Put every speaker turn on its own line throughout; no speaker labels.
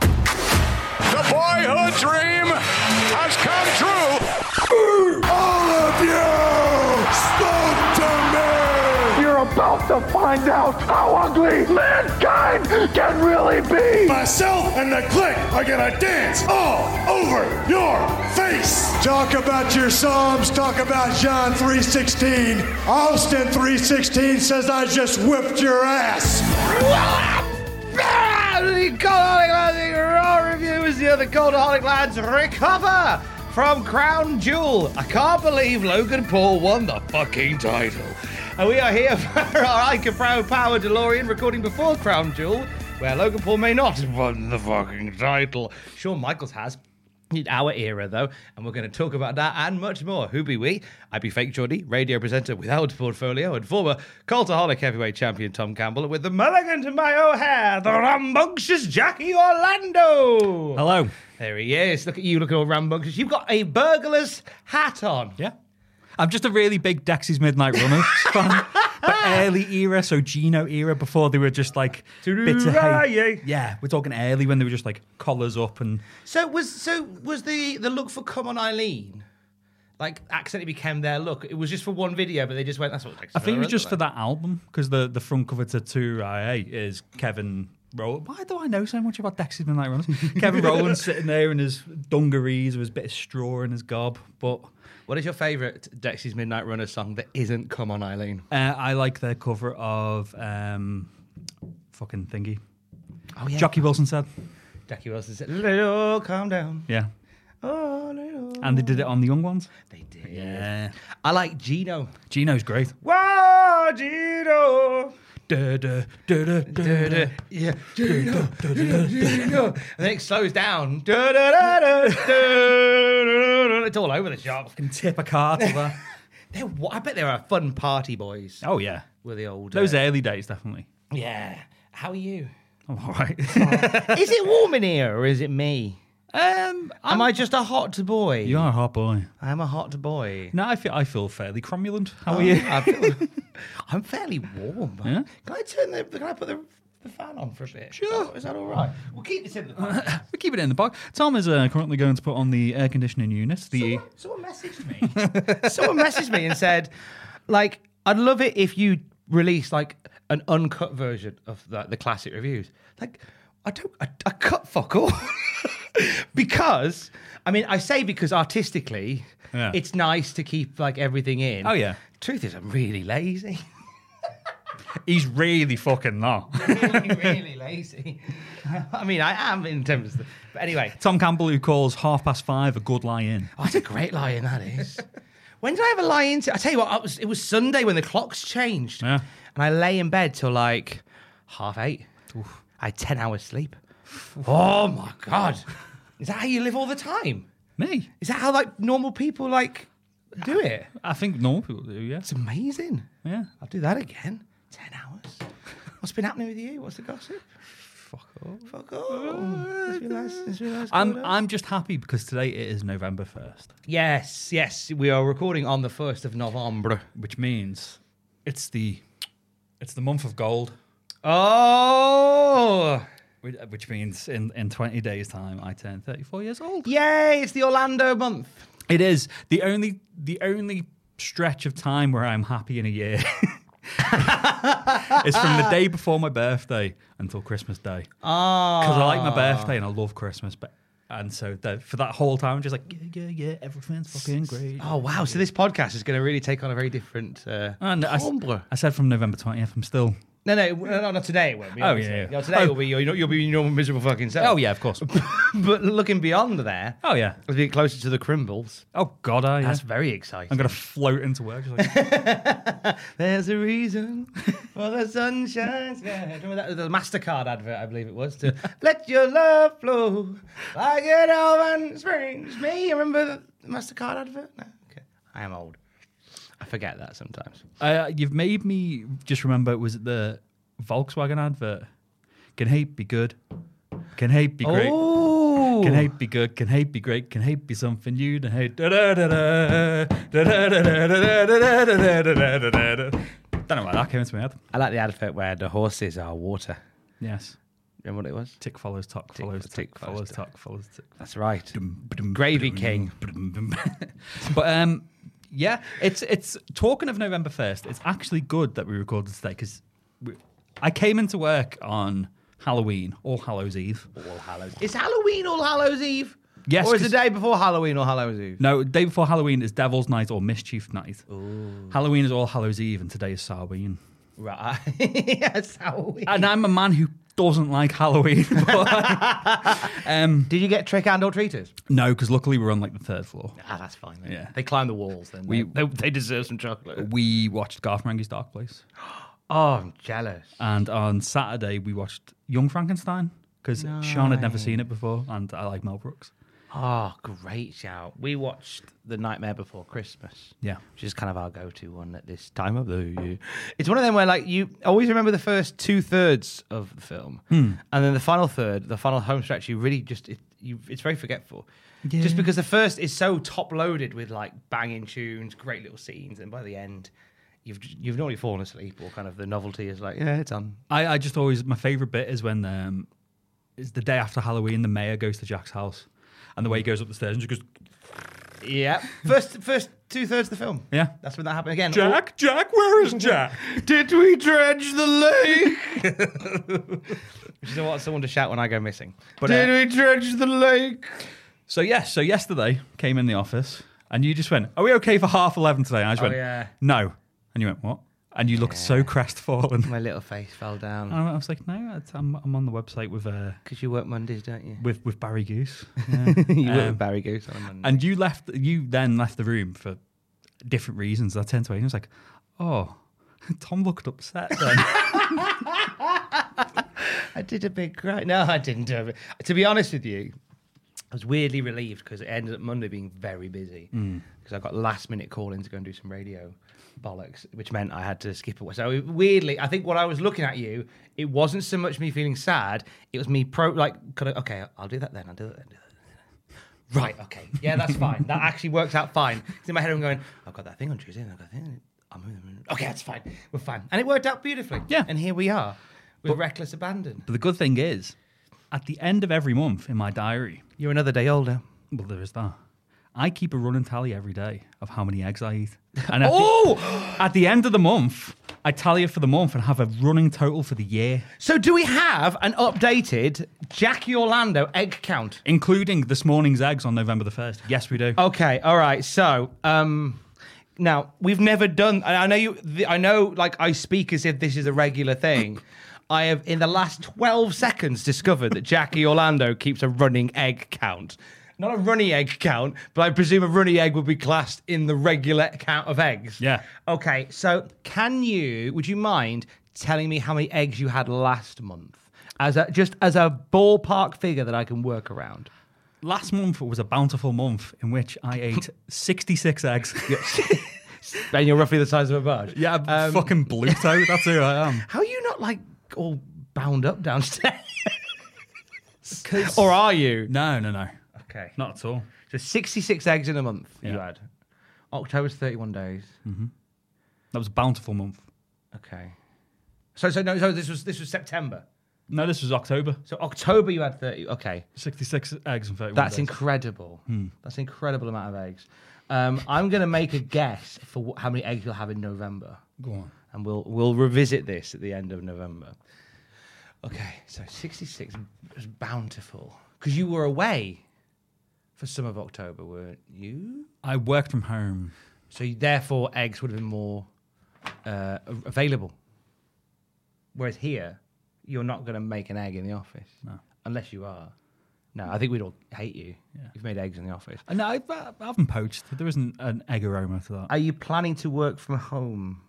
The boyhood dream has come true.
All of you, spoke to me.
You're about to find out how ugly mankind can really be.
Myself and the clique are gonna dance all over your face. Talk about your psalms. Talk about John 3:16. Austin 3:16 says, "I just whipped your ass."
The Coldaholic Lines Raw Review is the other Coldaholic Lines recover from Crown Jewel. I can't believe Logan Paul won the fucking title. And we are here for our Ica Pro Power DeLorean recording before Crown Jewel, where Logan Paul may not have won the fucking title. Shawn Michaels has. In our era, though, and we're going to talk about that and much more. Who be we? I be Fake Jordy, radio presenter without portfolio, and former Cultaholic heavyweight champion Tom Campbell, with the mulligan to my O'Hare, the rambunctious Jackie Orlando.
Hello.
There he is. Look at you looking all rambunctious. You've got a burglar's hat on.
Yeah. I'm just a really big Dexy's Midnight Runner fan. But early era, so Gino era, before they were just like bits of hay. Yeah, we're talking early when they were just like collars up and
So was so was the the look for Come on Eileen like accidentally became their look? It was just for one video, but they just went. That's what.
I think it was just for that album because the, the front cover to 2IA is Kevin Rowland. Why do I know so much about Dexys Midnight Runners? Kevin Rowland sitting there in his dungarees with his bit of straw in his gob. But
What is your favourite Dexy's Midnight Runner song that isn't Come on Eileen?
uh, I like their cover of um, fucking thingy.
Oh yeah,
Jockey Wilson said.
Jackie Wilson said, "Little, calm down."
Yeah.
Oh, little.
And they did it on the young ones.
They did.
Yeah.
I like Gino.
Gino's great.
Wow, Gino.
Da, da, da, da, da, da.
Yeah, Gino, Gino, Gino. And then it slows down. Da, da, da, da, da, da, da. It's all over the shop.
Can tip a car to that.
They're, wa- I bet they are fun party boys.
oh, yeah.
Were the old
Those
uh,
early days, definitely.
Yeah. How are you?
I'm all right.
is it warm in here or is it me?
um,
Am I just a hot boy?
you are a hot boy.
I am a hot boy.
No, I feel I feel fairly cromulent. How are you?
Um, I feel, I'm fairly warm.
Oh, Yeah?
Can I turn the? Can I put the, the fan on for a bit? Sure. Is that, is that all right? We'll keep this in the. fan.
we keep it in the box. Tom is uh, currently going to put on the air conditioning unit. The
someone, someone messaged me. someone messaged me and said, like, I'd love it if you release like an uncut version of the, the classic reviews. Like, I don't, I, I cut fuck all. because, I mean, I say because artistically,
Yeah.
it's nice to keep like everything in.
Oh, yeah.
Truth is, I'm really lazy.
he's really fucking not.
really, really lazy. I mean, I am in terms of. The, but anyway,
Tom Campbell, who calls half past five a good lie in.
oh, that's a great lie in that is. when did I ever lie into? I tell you what, I was, it was Sunday when the clocks changed,
Yeah.
and I lay in bed till like half eight. I had ten hours sleep. Oh my god! Is that how you live all the time?
Me,
Is that how like normal people like do it?
I think normal people do. Yeah,
It's amazing.
yeah.
I'll do that again. Ten hours. What's been happening with you? What's the gossip? Fuck off. Fuck off. It's been nice- it's been nice
I'm
going out.
I'm just happy because today it is November first,
Yes, yes, we are recording on the first of November.
which means it's the it's the month of gold.
Oh,
Which- uh, Which means in, in 20 days' time, I turn 34 years old.
yay! It's the Orlando month.
It is the only the only stretch of time where I'm happy in a year. it's from the day
Ah.
before my birthday until Christmas Day. Because I like my birthday and I love Christmas, but And so that, for that whole time, I'm just like, yeah, yeah, yeah, everything's fucking great.
Oh wow! So this podcast is going to really take on a very different uh,
and I, s-
timbre.
I said from November 20th, I'm still.
No, no, no, no, not today. It won't be.
Oh,
obviously.
yeah, yeah.
No, today
Oh.
will be. You'll, you'll be your normal miserable fucking self.
Oh, yeah, of course.
but looking beyond there,
oh, yeah.
as we get closer to the Crimbles,
Oh, God, I.
that's
Yeah.
very exciting.
I'm going to float into work. Just like,
There's a reason for the sunshine. Yeah, remember that the Mastercard advert, I believe it was, to let your love flow like an oven springs me. Remember the Mastercard advert? No, okay. I am old. I forget that sometimes.
uh, you've made me just remember, was it the Volkswagen advert? Can hate be good? Can hate be great?
Oh,
Can hate be good? Can hate be great? Can hate be something you don't hate? uh, Da da da da da da da da da da da da da da da da. Don't know why that came into my head.
I like the advert where the horses are water.
Yes.
Remember what it was?
Tick follows tock follows
tick
tick
follows
follows
tock.
tock follows tick.
That's right. Gravy King.
but um, yeah, it's it's talking of November first. It's actually good that we recorded today because I came into work on Halloween, All Hallows Eve.
All Hallows. Is Halloween All Hallows Eve?
Yes,
Or is the
'cause-
day before Halloween All Hallows Eve?
No, day before Halloween is Devil's Night or Mischief Night. Halloween is All Hallows Eve, and today is Samhain.
Right. yes, Halloween.
And uh, I'm a man who doesn't like Halloween. But
Did you get trick and or treaters?
no, because luckily we're on like the third floor.
Ah, that's fine. Then.
Yeah.
They climb the walls then.
We-
they, they deserve some chocolate.
We watched Garth Marenghi's Dark Place.
Oh, I'm jealous.
And on Saturday, we watched Young Frankenstein because Sean had never seen it before, and I like Mel Brooks.
Oh, great shout. We watched The Nightmare Before Christmas.
Yeah.
Which is kind of our go to one at this time of the year. It's one of them where, like, you always remember the first two thirds of the film.
Hmm.
And then the final third, the final home stretch, you really just, it, you, it's very forgetful. Just because the first is so top loaded with, like, banging tunes, great little scenes. And by the end, you've you've already fallen asleep, or kind of the novelty is like, yeah, it's on.
I, I just always, my favorite bit is when um, it's the day after Halloween, the mayor goes to Jack's house, and the way he goes up the stairs and just goes,
Yeah. First first two thirds of the film.
Yeah.
That's when that happened again.
Jack, Jack, where is Jack?
Did we dredge the lake? Which is what someone to shout when I go missing. Did
uh,
we dredge the lake?
so, yes, so yesterday came in the office, and you just went, Are we okay for half 11 today? And I just
Oh,
went,
yeah.
No. And you went, What? And you looked so crestfallen.
My little face fell
And
down.
I was like, No, it's- I'm, I'm on the website with, uh,
Because you work Mondays, don't you? Um,
with, with Barry Goose.
you work with Barry Goose on a Monday.
And you left. You then left the room for different reasons. I turned to him and was like, "Oh, Tom looked upset." Then.
I did a big cry. No, I didn't do it. To be honest with you, I was weirdly relieved because it ended up Monday being very busy because I got last minute call in to go and do some radio bollocks, which meant I had to skip away. So weirdly, I think when I was looking at you, it wasn't so much me feeling sad. It was me pro like kind of okay, I'll do that then. I'll do that then. do that then." Right, okay. Yeah, that's fine. That actually worked out fine. 'Cause in my head, I'm going, I've got that thing on Tuesday, and I've got that thing. I'm, okay, that's fine. We're fine. And it worked out beautifully.
Yeah.
And here we are with reckless abandon.
but the good thing is, at the end of every month in my diary,
You're another day older.
well, there is that. I keep a running tally every day of how many eggs I eat. And at,
Oh,
the, at the end of the month, I tally it for the month and have a running total for the year,
So, do we have an updated Jackie Orlando egg count?
including this morning's eggs on November the first. Yes, we do.
Okay, all right. So, um, now we've never done. I I know you. th- I know, like I speak as if this is a regular thing. I have, in the last twelve seconds, discovered that Jackie Orlando keeps a running egg count. Not a runny egg count, but I presume a runny egg would be classed in the regular count of eggs.
Yeah.
Okay, so can you, would you mind telling me how many eggs you had last month? As a, just as a ballpark figure that I can work around.
Last month was a bountiful month in which I ate sixty-six eggs.
And you're roughly the size of a bird.
yeah,
Um,
fucking Bluto. That's who I am.
How are you not like all bound up downstairs? or are you?
No, no, no.
Okay.
Not at all.
So 66 eggs in a month you
Yeah. Hmm.
had. October's 31 days.
That was a bountiful month.
Okay. So so no so this was this was September.
No, this was October.
So October you had 30. Okay.
66 eggs and 31
That's
days.
incredible.
Hmm.
That's an incredible amount of eggs. Um, I'm going to make a guess for wh- how many eggs you'll have in November,
Go on.
and we'll we'll revisit this at the end of November. Okay, so 66 is bountiful because you were away for some of October, weren't you?
I worked from home.
So you- therefore, eggs would have been more uh, a- available. Whereas here, you're not going to make an egg in the office unless you are. No, I think we'd all hate you if you made eggs in the office.
Uh, No, I, I haven't poached. There isn't an egg aroma to that.
Are you planning to work from home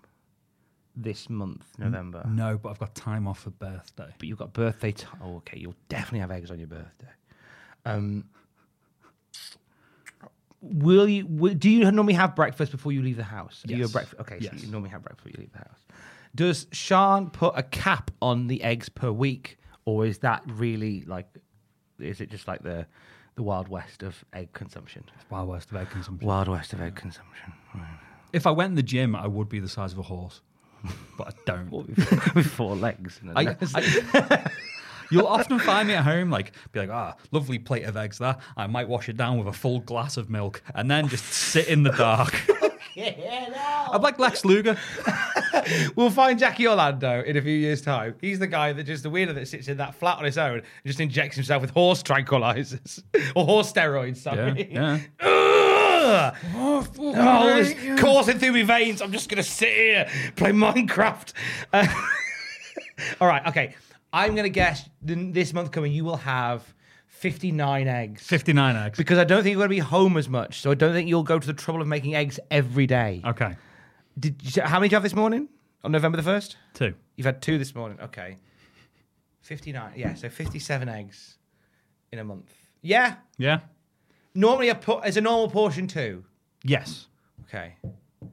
this month, November?
no, but I've got time off for birthday.
But you've got birthday time. Oh, okay. You'll definitely have eggs on your birthday. Um, will you? Will, do you normally have breakfast before you leave the house? Are you a
Yes.
breakfast? Okay, so
Yes.
you normally have breakfast before you leave the house. Does Sean put a cap on the eggs per week, or is that really like? Is it just like the the wild west of egg consumption?
Wild West of egg consumption.
Wild west of egg consumption.
If I went in the gym, I would be the size of a horse, but I don't.
With four legs. and a
I,
neck.
I- you'll often find me at home, like, be like, ah, lovely plate of eggs there. I might wash it down with a full glass of milk and then just sit in the dark. I'm like Lex Luger.
We'll find Jackie Orlando in a few years' time. He's the guy that just the weirdo that sits in that flat on his own and just injects himself with horse tranquilizers or horse steroids. Sorry.
Yeah,
Ugh! Oh, it's coursing through my veins. I'm just gonna sit here play Minecraft. Uh, all right, okay. I'm gonna guess th- this month coming you will have 59 eggs
59 eggs.
because I don't think you're gonna be home as much. So I don't think you'll go to the trouble of making eggs every day.
okay,
Did you, how many did you have this morning on November the first?
two.
You've had two this morning. Okay. 59. Yeah, so 57 eggs in a month. Yeah.
Yeah?
Normally a put as a normal portion too.
Yes.
Okay. All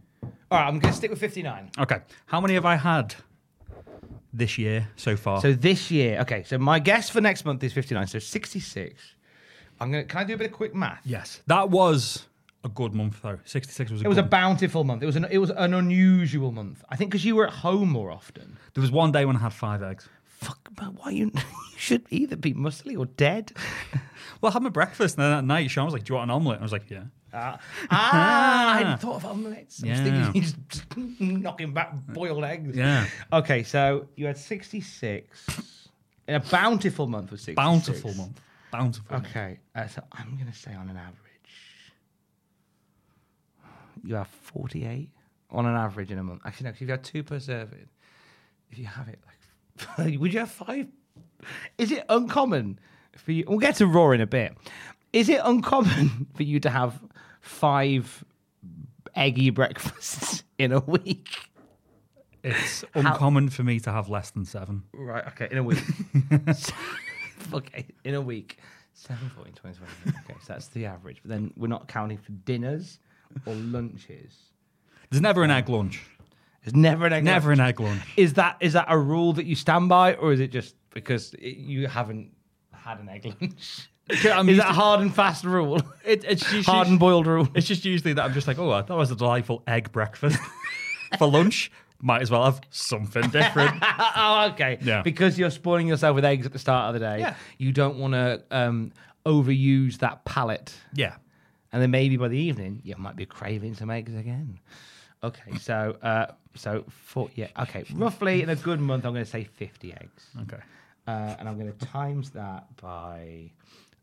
right, I'm going to stick with 59.
Okay. How many have I had this year so far?
So this year, okay, so my guess for next month is 59, so 66. I'm going to can I do a bit of quick math?
yes. That was a good month, though. 66 was a
It was a
good
bountiful month. It was an it was an unusual month. I think because you were at home more often.
There was one day when I had five eggs.
Fuck, but why you you should either be muscly or dead.
Well, I had my breakfast, and then at night, Sean was like, Do you want an omelette? And I was like, Yeah.
Ah, I hadn't thought of omelettes. I was
Yeah.
thinking you just knocking back boiled eggs.
Yeah.
Okay, so you had 66. In a bountiful month was 66.
Bountiful month. Bountiful. month.
Okay, uh, so I'm going to say on an average, you have 48 on an average in a month. Actually, no, 'cause if you had two per serving, if you have it, like, would you have five? Is it uncommon for you? We'll get to Raw in a bit. Is it uncommon for you to have five eggy breakfasts in a week?
It's uncommon for me to have less than seven.
Right, okay, in a week. okay, in a week. 7, 14, 20, 20. Okay, so that's the average. But then we're not counting for dinners or lunches.
There's never an egg lunch.
There's never an egg.
Never
lunch.
an egg lunch.
Is that is that a rule that you stand by, or is it just because it, you haven't had an egg lunch?
I'm
is
used
that a
to-
hard and fast rule?
It, it's just,
hard and boiled rule.
It's just usually that I'm just like, oh, that was a delightful egg breakfast. For lunch, might as well have something different.
oh, okay.
Yeah.
Because you're spoiling yourself with eggs at the start of the day.
Yeah.
You don't want to um, overuse that palate.
yeah.
and then maybe by the evening you might be craving some eggs again. Okay, so uh, so four, yeah, okay, roughly in a good month I'm going to say fifty eggs,
Okay.
uh, and I'm going to times that by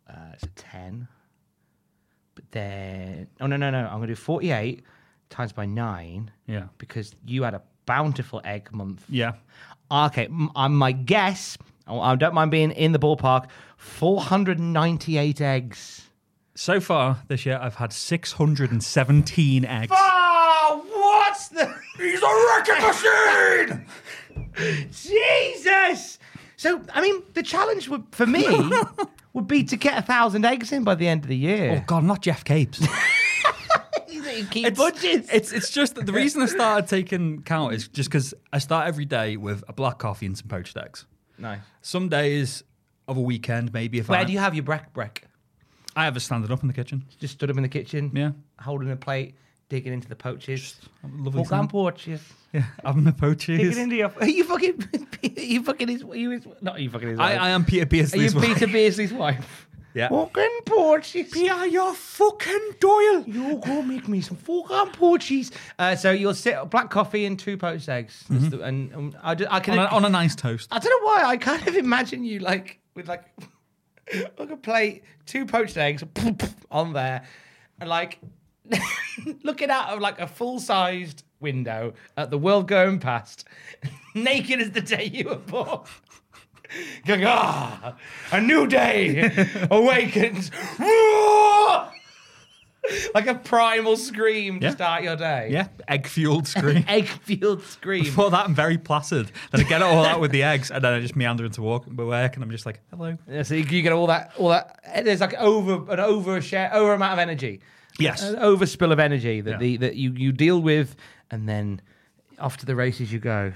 uh, so ten. But then, oh no no no, I'm going to do forty-eight times by nine.
Yeah.
because you had a bountiful egg month.
Yeah.
Okay, m- uh, my guess. oh, I don't mind being in the ballpark. Four hundred and ninety-eight eggs.
So far this year, I've had 617 eggs.
Oh, what's the? He's a wrecking machine. Jesus. So, I mean, the challenge would, for me would be to get a thousand eggs in by the end of the
Oh
year.
God, not Jeff Capes. Oh,
Keep budgets.
It's it's just that the reason I started taking count is just because I start every day with a black coffee and some poached eggs.
nice.
Some days of a weekend, maybe if I
Where do you have your breck breck?
I have a standing up in the kitchen.
Just stood up in the kitchen,
Yeah.
holding a plate, digging into the poaches.
Lovely
Walk down
time.
porches,
Yeah, having my
digging
poaches.
into your. Are you fucking? Are you fucking his? Are you his? Not you fucking his.
I,
wife.
I am Peter
Are you
Beardsley's wife.
Peter Beardsley's wife?
Yeah.
Walking porches.
Peter, you're fucking Doyle.
You go make me some fucking porches. Uh, so you'll sit black coffee and two poached eggs, That's the- and, and I, ju- I can.
On a, on a nice toast.
I don't know why I kind of imagine you like with like Look a plate, two poached eggs on there, and like looking out of like a full-sized window at the world going past, naked as the day you were born. Gaga! A new day awakens. Roar! like a primal scream to
Yeah.
start your day.
Yeah, egg fueled scream.
Egg-filled scream.
Before that, I'm very placid. Then I get it all out with the eggs, and then I just meander into walk, work, and I'm just like, hello.
Yeah, so you, you get all that, all that. There's like over an over share, over amount of energy,
Yes.
an overspill of energy that
Yeah.
the that you you deal with, and then off to the races you go.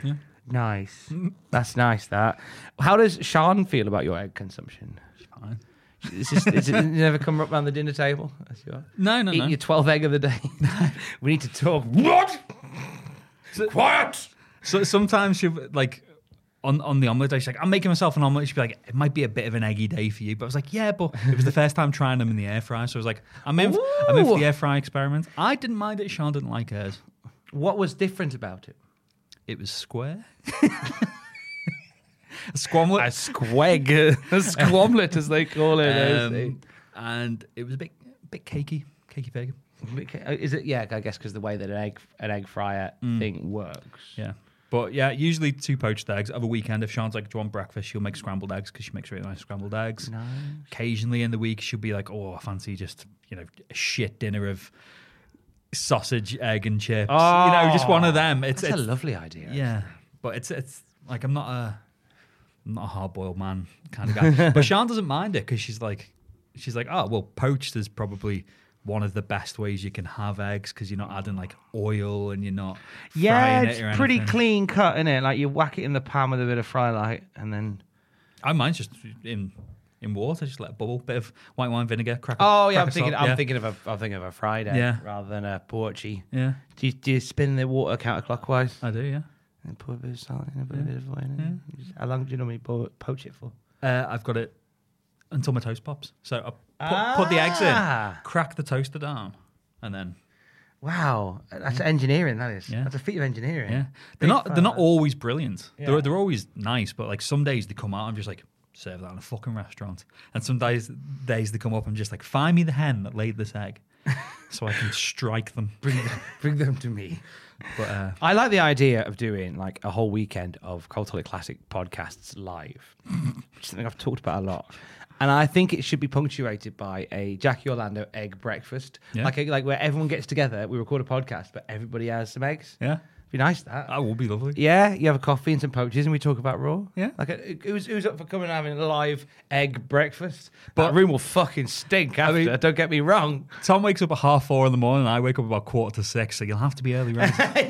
Nice,
Mm-hmm.
that's nice. That. How does Sean feel about your egg consumption?
Fine.
It's just it's, it never come up around the dinner table. That's your
No, no,
eat
no.
your twelve egg of the day. we need to talk. What? Quiet.
So sometimes she like on on the omelette. She's like, I'm making myself an omelette. She'd be like, it might be a bit of an eggy day for you, but I was like, yeah, but it was the first time trying them in the air fryer, so I was like, I'm in, I'm in for
Ooh.
the air fry experiment. I didn't mind it. Sean didn't like hers.
What was different about it?
It was square. a squamlet.
squeg, a squamlet as they call it.
Um, and it was a bit bit cakey, cakey big.
Okay, Is it? Yeah, I guess because the way that an egg an egg fryer thing works.
Yeah. But yeah, usually two poached eggs. Of a weekend, if Sean's like, "Do you want breakfast?" She'll make scrambled eggs because she makes really nice scrambled eggs. Occasionally in the week, she'll be like, "Oh, I fancy just you know a shit dinner of sausage, egg, and chips." you know, just one of them. It's,
That's
it's
a lovely idea.
yeah, but it's it's like I'm not a I'm not a hard boiled man kind of guy. but Sean doesn't mind it because she's like she's like, oh well, poached is probably one of the best ways you can have eggs because you're not adding like oil and you're not
Yeah,
frying
it's
it or
pretty
anything.
clean cut, is it? Like you whack it in the pan with a bit of fry light, and then
I Oh, mine's just in in water, just let it bubble, bit of white wine vinegar, crack. a-
oh yeah,
crack
I'm
a
thinking
salt,
I'm
yeah.
thinking of a I'm thinking of a Friday
Yeah.
rather than a porchy.
Yeah,
Do you, do you spin the water counterclockwise
I do. Yeah,
and pour a bit of salt in, a bit, a bit of oil in? Just- How long do you normally po- poach it for?
uh, I've got it until my toast pops. So I put, put the eggs in,
Ah.
crack the toaster down, and then
Wow, that's engineering. That is.
Yeah.
That's a feat of engineering.
Yeah,
Big
they're not
fan.
they're not always brilliant.
Yeah.
They're they're always nice, but like some days they come out. I'm just like serve that in a fucking restaurant, and some days days they come up. I'm just like find me the hen that laid this egg, so I can strike them.
Bring them to me.
But uh,
I like the idea of doing like a whole weekend of Cultolic Classic podcasts live, which is something I've talked about a lot. And I think it should be punctuated by a Jackie Orlando egg breakfast,
Yeah.
like a, like where everyone gets together, we record a podcast, but everybody has some eggs.
yeah, Oh.
be nice that.
that will be lovely.
yeah, you have a coffee and some poachers, and we talk about raw.
Yeah.
like a, who's who's up for coming and having a live egg breakfast? But that room will fucking stink. After,
mean-
don't get me wrong.
Tom wakes up at half four in the morning. I wake up about quarter to six, so you'll have to be early. Right?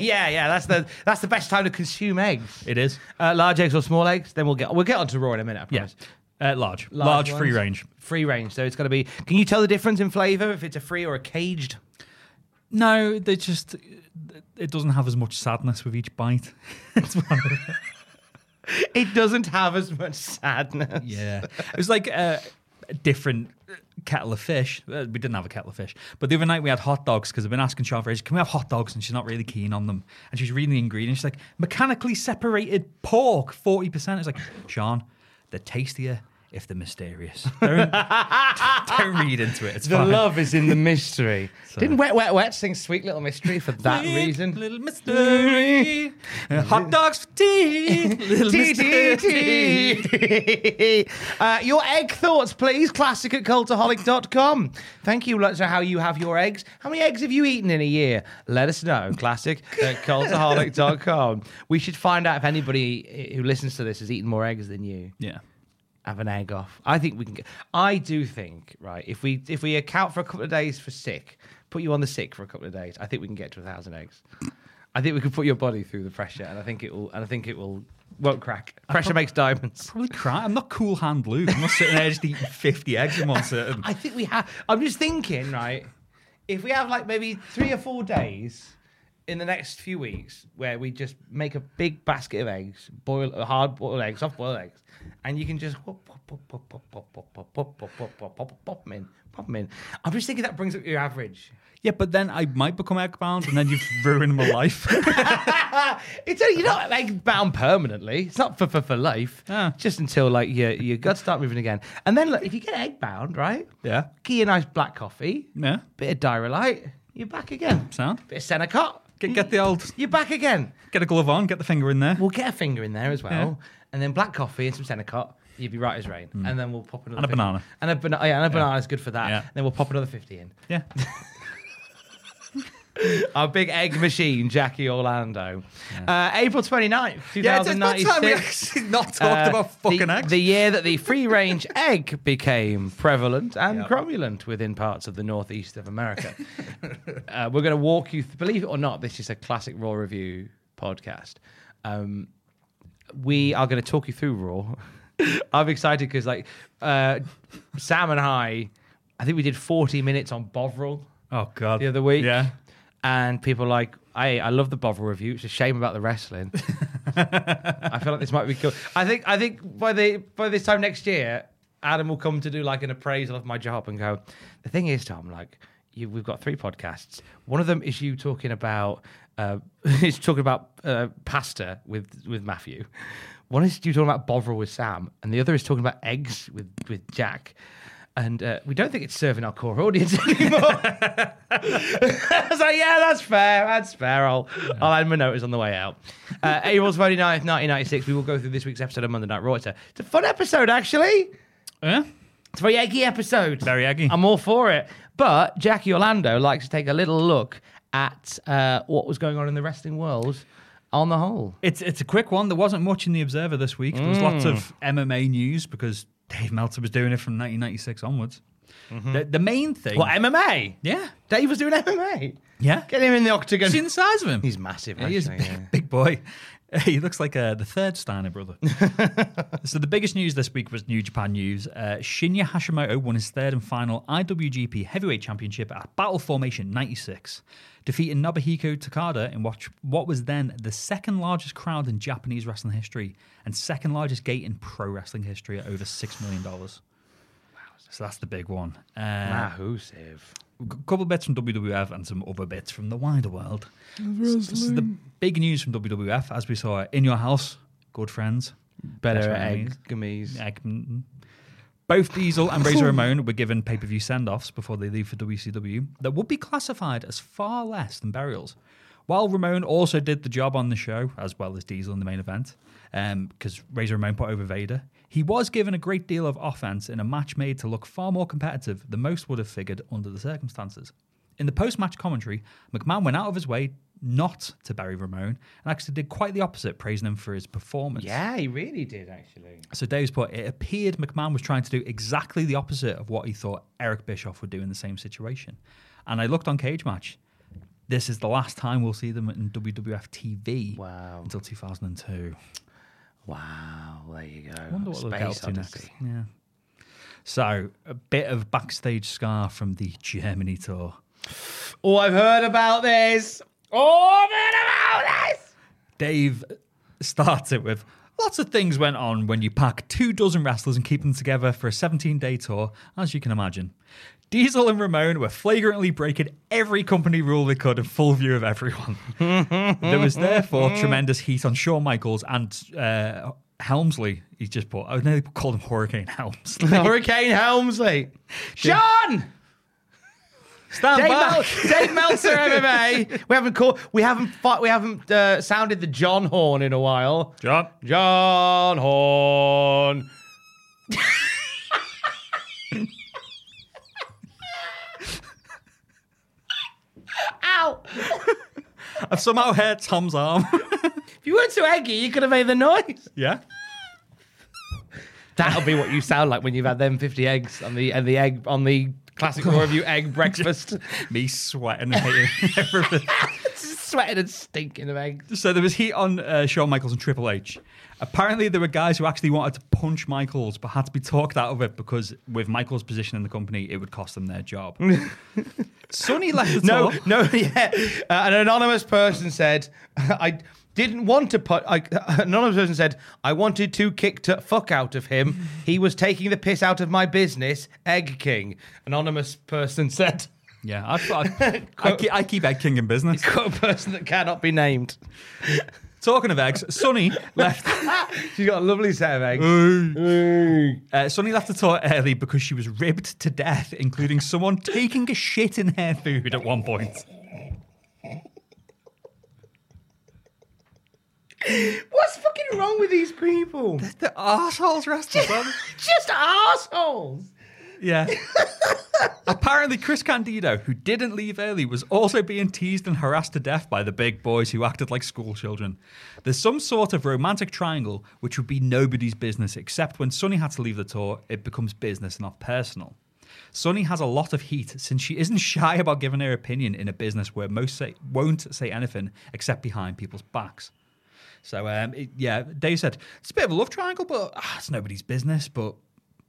yeah, yeah, that's the that's the best time to consume eggs.
it is.
Uh, large eggs or small eggs? Then we'll get we'll get onto raw in a minute. I
Yes,
promise.
uh, large,
Large
large, free
ones.
range.
Free range, so it's got to be. Can you tell the difference in flavour if it's a free or a caged?
No, they just it doesn't have as much sadness with each bite. It's one of
It doesn't have as much sadness.
Yeah, it was like uh, a different kettle of fish. Uh, We didn't have a kettle of fish, but the other night we had hot dogs because I've been asking Sean for ages. Can we have hot dogs? And she's not really keen on them. And she's reading the ingredients. She's like, mechanically separated pork, forty percent. It's like, Sean, they're tastier if they're mysterious. Don't, don't read into it. It's
The
fine.
love is in the mystery. Didn't Wet Wet Wet sing "Sweet Little Mystery" for that
Sweet
reason?
little mystery. Uh, hot dogs for tea. little
Tee, tee,
mystery.
tee. Uh, Your egg thoughts, please. Classic at cultaholic.com. Thank you. Let's know how you have your eggs. How many eggs have you eaten in a year? Let us know. Classic at cultaholic.com. We should find out if anybody who listens to this has eaten more eggs than you.
Yeah.
Have an egg off. I think we can. Get, I do think right. If we if we account for a couple of days for sick, put you on the sick for a couple of days. I think we can get to a thousand eggs. I think we can put your body through the pressure, and I think it will. And I think it will won't crack. Pressure makes diamonds.
Probably cry. I'm not cool hand Luke. I'm not sitting there just eating 50 eggs in one sitting.
I think we have. I'm just thinking, right? If we have like maybe three or four days in the next few weeks where we just make a big basket of eggs, boil uh, hard boiled eggs, soft boiled eggs, and you can just pop, pop, pop, pop, pop, pop, pop, pop, pop, pop, pop, pop, pop, pop 'em in, pop 'em in. I'm just thinking that brings up your average.
Yeah, but then I might become eggbound, and then you've ruined my life.
It's only, you're not like bound permanently. It's not for for, for life.
Ah.
Just until like your your guts start moving again. And then look, if you get egg bound, right?
Yeah.
Get your nice black coffee.
Yeah.
Bit of Diarrhea You're back again.
Sound.
Bit of Senecot.
Get, get the old,
You're back again.
get a glove on, get the finger in there,
We'll get a finger in there as well, and then black coffee and some Senecot. You'd be right as rain. And then we'll pop another
Mm. And a
50.
banana.
And a banana. Yeah, and a banana's good for that.
Yeah.
Then we'll pop another fifty in.
yeah,
Our big egg machine, Jackie Orlando. Uh, April 29th, 2096.
not
Uh, the, The year that the free range egg became prevalent and cromulent within parts of the northeast of America. uh, we're going to walk you, th- believe it or not, this is a classic Raw review podcast. Um, we are going to talk you through Raw. I'm excited because, like, uh, Sam and I, I think we did 40 minutes on Bovril
oh god,
the other week.
Yeah,
And people are like, hey, I love the Bovril review. It's a shame about the wrestling. I feel like this might be cool. I think I think by the by this time next year, Adam will come to do like an appraisal of my job and go, the thing is, Tom, like you, we've got three podcasts. One of them is you talking about uh, it's talking about uh, pasta with with Matthew. One is you talking about Bovril with Sam, and the other is talking about eggs with with Jack. And uh, we don't think it's serving our core audience anymore. I was like, yeah, that's fair. That's fair. I'll, I'll add my notice on the way out. Uh, April's 29th, 1996. We will go through this week's episode of Monday Night Raw. It's a, it's a fun episode, actually.
yeah.
It's a very eggy episode.
Very eggy.
I'm all for it. But Jackie Orlando likes to take a little look at uh, what was going on in the wrestling world on the whole.
It's it's a quick one. There wasn't much in the Observer this week. There was
Mm.
lots of MMA news because Dave Meltzer was doing it from 1996 onwards. The, the main thing,
Mm-hmm. What, MMA?
yeah,
Dave was doing MMA.
yeah.
Get him in the octagon.
See the size of him.
He's massive,
Yeah, he is a
actually,
big,
yeah.
big boy. He looks like uh, the third Steiner brother. so the biggest news this week was New Japan news. Uh, Shinya Hashimoto won his third and final IWGP Heavyweight Championship at Battle Formation 96, defeating Nobuhiko Takada in what, what was then the second largest crowd in Japanese wrestling history and second largest gate in pro wrestling history at over $6 million. So that's the big one. Uh,
Massive.
a couple bits from WWF and some other bits from the wider world. So This is the big news from WWF, as we saw in your house, good friends,
Better
Best
egg
enemies.
gummies.
Egg- mm, mm. Both Diesel and Razor Ramon were given pay per view send offs before they leave for WCW that would be classified as far less than burials. While Ramon also did the job on the show, as well as Diesel in the main event, because Razor Ramon put over Vader, he was given a great deal of offense in a match made to look far more competitive than most would have figured under the circumstances. In the post match commentary, McMahon went out of his way not to bury Ramon and actually did quite the opposite, praising him for his performance.
Yeah, he really did, actually.
So Dave's point, it appeared McMahon was trying to do exactly the opposite of what he thought Eric Bischoff would do in the same situation. And I looked on Cage Match. This is the last time we'll see them in WWF TV
Wow.
until 2002.
Wow, there you go.
wonder what they'll get up
Space
to next.
Odyssey.
Yeah. So a bit of backstage scar from the Germany tour.
Oh, I've heard about this. Oh, I've heard about this.
Dave starts it with lots of things went on when you pack two dozen wrestlers and keep them together for a 17 day tour, as you can imagine. Diesel and Ramon were flagrantly breaking every company rule they could in full view of everyone. there was therefore tremendous heat on Shawn Michaels and uh, Helmsley. He just put, oh no, they called him Hurricane Helmsley.
Hurricane Helmsley. Sean!
Stand
Dave, Mel-
back.
Dave Meltzer MMA. We haven't called we haven't fought, we haven't uh, sounded the John horn in a while.
John.
John Horn. Ow!
I've somehow hurt Tom's arm.
If you weren't so eggy, you could have made the noise.
yeah.
That'll be what you sound like when you've had them fifty eggs on the and the egg on the classic Raw review egg breakfast.
Me sweating and hating everything.
sweating and stinking of eggs.
So there was heat on uh, Shawn Michaels and Triple H. Apparently, there were guys who actually wanted to punch Michaels, but had to be talked out of it because, with Michaels' position in the company, it would cost them their job. Sonny left the
No,
talk.
no, yeah. Uh, an anonymous person said, I didn't want to put. I, an anonymous person said, I wanted to kick the fuck out of him. He was taking the piss out of my business, Egg King. Anonymous person said,
Yeah, I, I, I, keep, I keep Egg King in business.
a person that cannot be named.
Talking of eggs, Sonny left.
She's got a lovely set of eggs.
Uh, Sonny left the tour early because she was ribbed to death, including someone taking a shit in her food at one point.
What's fucking wrong with these people?
The arseholes wrestlers. man.
Just assholes.
Yeah. Apparently, Chris Candido, who didn't leave early, was also being teased and harassed to death by the big boys who acted like schoolchildren. There's some sort of romantic triangle which would be nobody's business, except when Sonny had to leave the tour, it becomes business, not personal. Sonny has a lot of heat since she isn't shy about giving her opinion in a business where most say, won't say anything except behind people's backs. So, um, it- yeah, Dave said it's a bit of a love triangle, but ah, it's nobody's business. But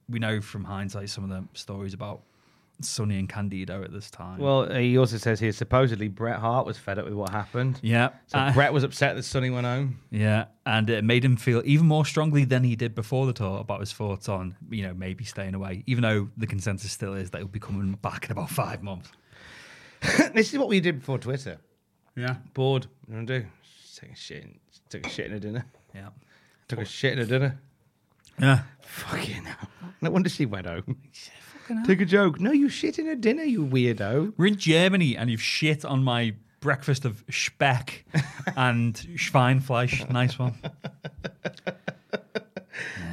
we know from hindsight some of the stories about Sonny and Candido at this time.
Well, uh, he also says here supposedly Bret Hart was fed up with what happened.
yeah,
So
uh,
Bret was upset that Sonny went home.
yeah, and it made him feel even more strongly than he did before the tour about his thoughts on you know maybe staying away, even though the consensus still is that he'll be coming back in about five months.
this is what we did before Twitter.
Yeah,
Bored. You know what I do? Just take a shit. In, just took a shit in a dinner.
yeah,
Took a shit in a dinner.
yeah.
Fucking hell. No wonder she went home. Took a joke. No, you shit in a dinner, you weirdo.
We're in Germany, and you've shit on my breakfast of speck and Schweinfleisch. Nice one.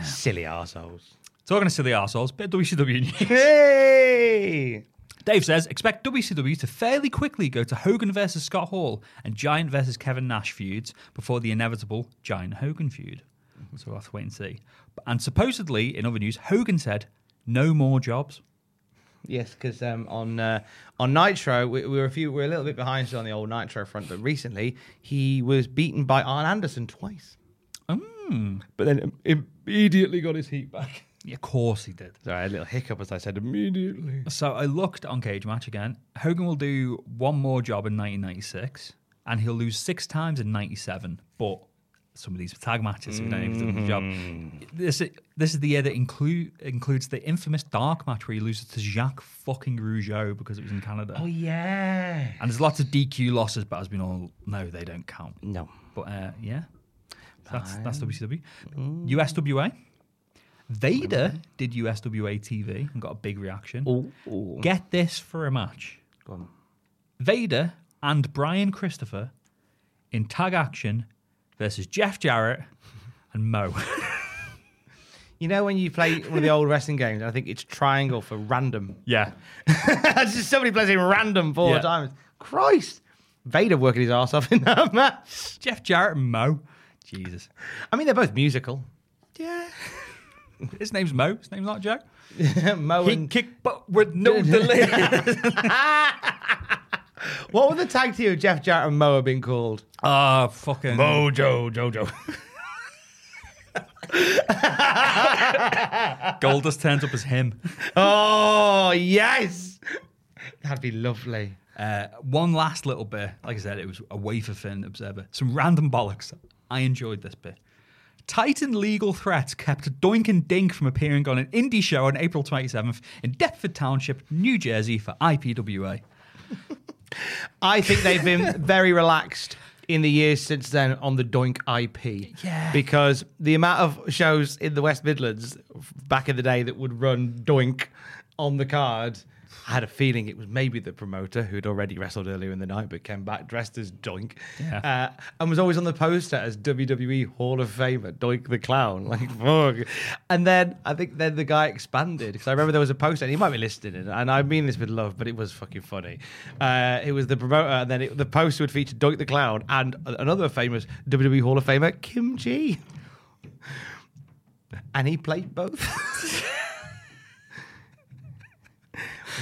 Silly assholes.
Talking to silly arseholes, bit of WCW news.
Hey!
Dave says, expect WCW to fairly quickly go to Hogan versus Scott Hall and Giant versus Kevin Nash feuds before the inevitable Giant Hogan feud. So we'll have to wait and see. And supposedly, in other news, Hogan said, no more jobs.
Yes, because um, on uh, on Nitro, we, we were a few, we are a little bit behind still on the old Nitro front, but recently he was beaten by Arn Anderson twice. Mm. But then immediately got his heat back.
Yeah, of course he did.
Sorry, a little hiccup as I said immediately.
So I looked on Cage Match again. Hogan will do one more job in 1996, and he'll lose six times in 97. But some of these tag matches, who don't even do the job. This is, this is the year that include, includes the infamous dark match where he loses to Jacques fucking Rougeau because it was in Canada.
Oh yeah.
And there's lots of DQ losses, but as we all know, they don't count.
No.
But uh, yeah, that's that's WCW. USWA. Vader did USWA TV and got a big reaction. Get this for a match. Vader and Brian Christopher in tag action versus Jeff Jarrett and Mo.
You know when you play one of the old wrestling games, I think it's triangle for random.
yeah.
That's just somebody plays in random four
Yeah.
times. Christ. Vader working his ass off in that match.
Jeff Jarrett and Mo. Jesus.
I mean, they're both musical.
Yeah. His name's Mo. His name's not Joe.
Mo
He
and
kicked butt with no delay.
what would the tag team of Jeff Jarrett and Mo have been called?
Ah, fucking.
Mojo Jojo.
Goldust turns up as him.
oh yes, that'd be lovely.
Uh, one last little bit. Like I said, it was a wafer thin observer. Some random bollocks. I enjoyed this bit. Titan legal threats kept Doink and Dink from appearing on an indie show on April 27th in Deptford Township, New Jersey for IPWA.
I think they've been very relaxed in the years since then on the Doink IP.
Yeah.
Because the amount of shows in the West Midlands f- back in the day that would run Doink on the card, I had a feeling it was maybe the promoter who'd already wrestled earlier in the night but came back dressed as Doink
Yeah.
uh, and was always on the poster as WWE Hall of Famer Doink the Clown. Like, fuck. And then I think then the guy expanded because I remember there was a poster, and he might be listed in it, and I mean this with love, but it was fucking funny. Uh, it was the promoter, and then it, the poster would feature Doink the Clown and a- another famous WWE Hall of Famer, Kim G. And he played both.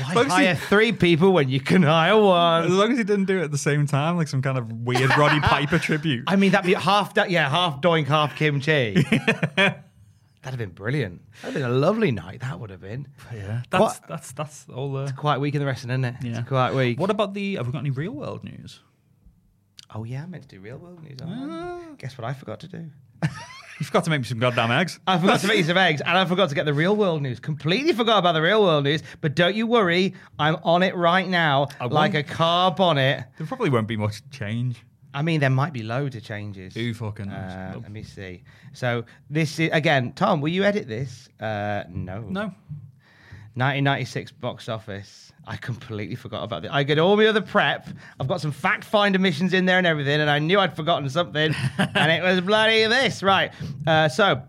Why
Folks,
hire
he-
three people when you can hire one?
As long as he didn't do it at the same time, like some kind of weird Roddy Piper tribute.
I mean, that'd be half that. Yeah, half doink, half kimchi. that'd have been brilliant. That'd have been a lovely night. That would have been. Yeah,
that's,
quite,
that's that's all. Uh,
quite weak in the wrestling, isn't it?
yeah,
It's quite weak.
What about the? Have we got any real world news?
oh yeah, I meant to do real world news. aren't
Ah.
I? Guess what I forgot to do.
You forgot to make me some goddamn eggs.
I forgot to make you some eggs, and I forgot to get the real world news. Completely forgot about the real world news, but don't you worry, I'm on it right now,
I
like a
won't-
car bonnet.
There probably won't be much change.
I mean, there might be loads of changes.
Who fucking knows?
Uh, let me see. So this is again, Tom. Will you edit this? Uh, no.
No.
1996 box office. I completely forgot about that. I did all my other prep. I've got some fact finder missions in there and everything, and I knew I'd forgotten something, and it was bloody this. Right. Uh, so,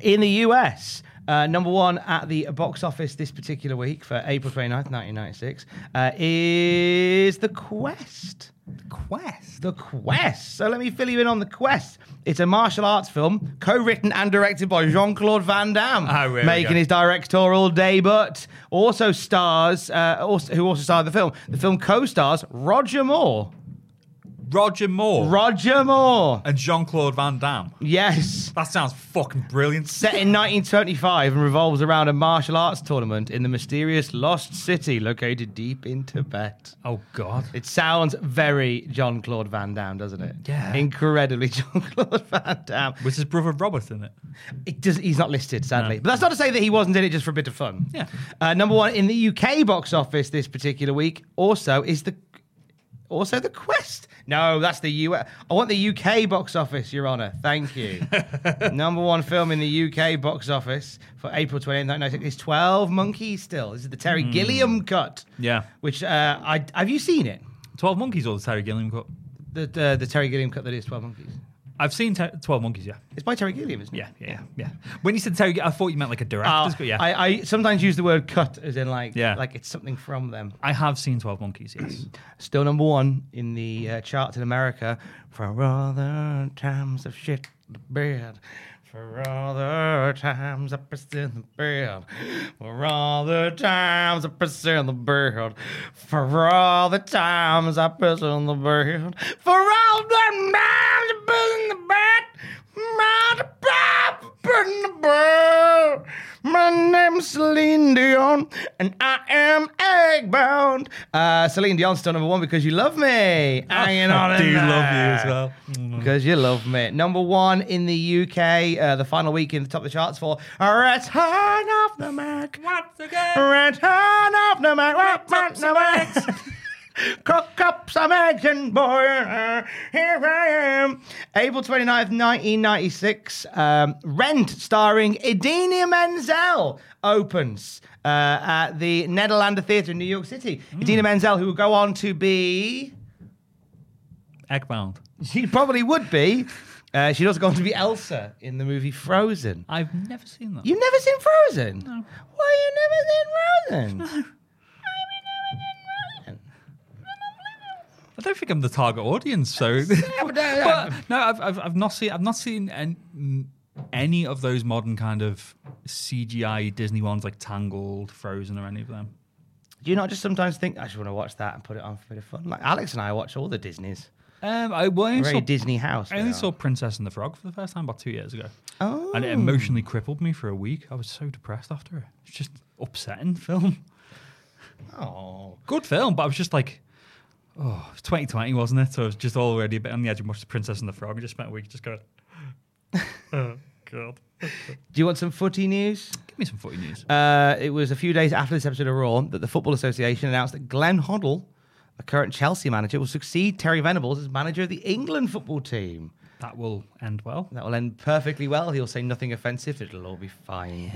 in the US, uh, number one at the box office this particular week for April 29th, 1996, uh, is The Quest.
Quest.
The Quest. So let me fill you in on The Quest. It's a martial arts film co-written and directed by Jean-Claude Van Damme,
Ah, here we
making
go.
his directorial debut. Also stars, uh, also, who also starred in the film. The film co-stars Roger Moore.
Roger Moore
Roger Moore.
and Jean Claude Van Damme.
Yes.
That sounds fucking brilliant.
Set in 1925 and revolves around a martial arts tournament in the mysterious Lost City located deep in Tibet.
Oh god.
It sounds very John Claude Van Damme, doesn't it?
Yeah.
Incredibly John Claude Van Damme.
Was his brother Robert in it?
It does, he's not listed, sadly. But that's not to say that he wasn't in it just for a bit of fun.
Yeah.
Uh, number one in the UK box office this particular week also is the also the Quest. No, that's the US. I want the UK box office, Your Honour. Thank you. number one film in the UK box office for April 28th, 1996 is 12 Monkeys still. This is the Terry Gilliam cut.
Hmm. Yeah.
Which, uh, I have you seen it?
Twelve Monkeys or the Terry Gilliam cut?
The, the, the Terry Gilliam cut that is 12 Monkeys.
I've seen Ter- Twelve Monkeys. Yeah.
It's by Terry Gilliam, isn't it?
Yeah. Yeah. Yeah. yeah. When you said Terry, Gi- I thought you meant like a director's
Oh,
cut. Yeah. I,
I, I sometimes use the word cut as in like
Yeah.
like it's something from them.
have seen Twelve Monkeys. Yes.
Still number one in the uh, charts in America for other times of shit in the bed. For other times I piss in the bed. For other times I piss in the bed. For all the times I piss in the bed. For all the times I piss in the bed. My pop in the bed. My name's Celine Dion, and I am eggbound. Uh, Celine Dion's still number one because you love me. Hanging on
I
in
do
there.
love you as well. Mm.
Because you love me. Number one in the UK, uh, the final week in the top of the charts for Return of the Mac.
Once again.
Return of the Mac. Return of the Mac. Cook up some eggs and boil. her. Here I am. April 29th, 1996. Um, Rent, starring Idina Menzel, opens uh, at the Nederlander Theatre in New York City.
Mm.
Idina Menzel, who will go on to be.
Eggbound.
She probably would be. Uh, she'd also gone to be Elsa in the movie Frozen.
I've never seen that.
You've never seen Frozen? No. Why you never seen Frozen?
I don't think I'm the target audience. So,
but, uh,
but no, I've, I've, I've not seen I've not seen an- any of those modern kind of CGI Disney ones like Tangled, Frozen, or any of them.
Do you not just sometimes think I just want to watch that and put it on for a bit of fun? Like Alex and I watch all the Disneys.
Um, I, well, I only
Very
saw-
Disney house.
I
we
only
are.
saw Princess and the Frog for the first time about two years ago. Oh. And it emotionally crippled me for a week. I was so depressed after it. It's just upsetting film.
Oh,
Good film, but I was just like, oh, it was 2020, wasn't it? So I was just already a bit on the edge of watching Princess and the Frog. I just spent a week just going, oh, God.
do you want some footy news?
Give me some footy news.
Uh, it was a few days after this episode of Raw that the Football Association announced that Glenn Hoddle, the current Chelsea manager, will succeed Terry Venables as manager of the England football team.
that will end well.
That will end perfectly well. He'll say nothing offensive. It'll all be fine.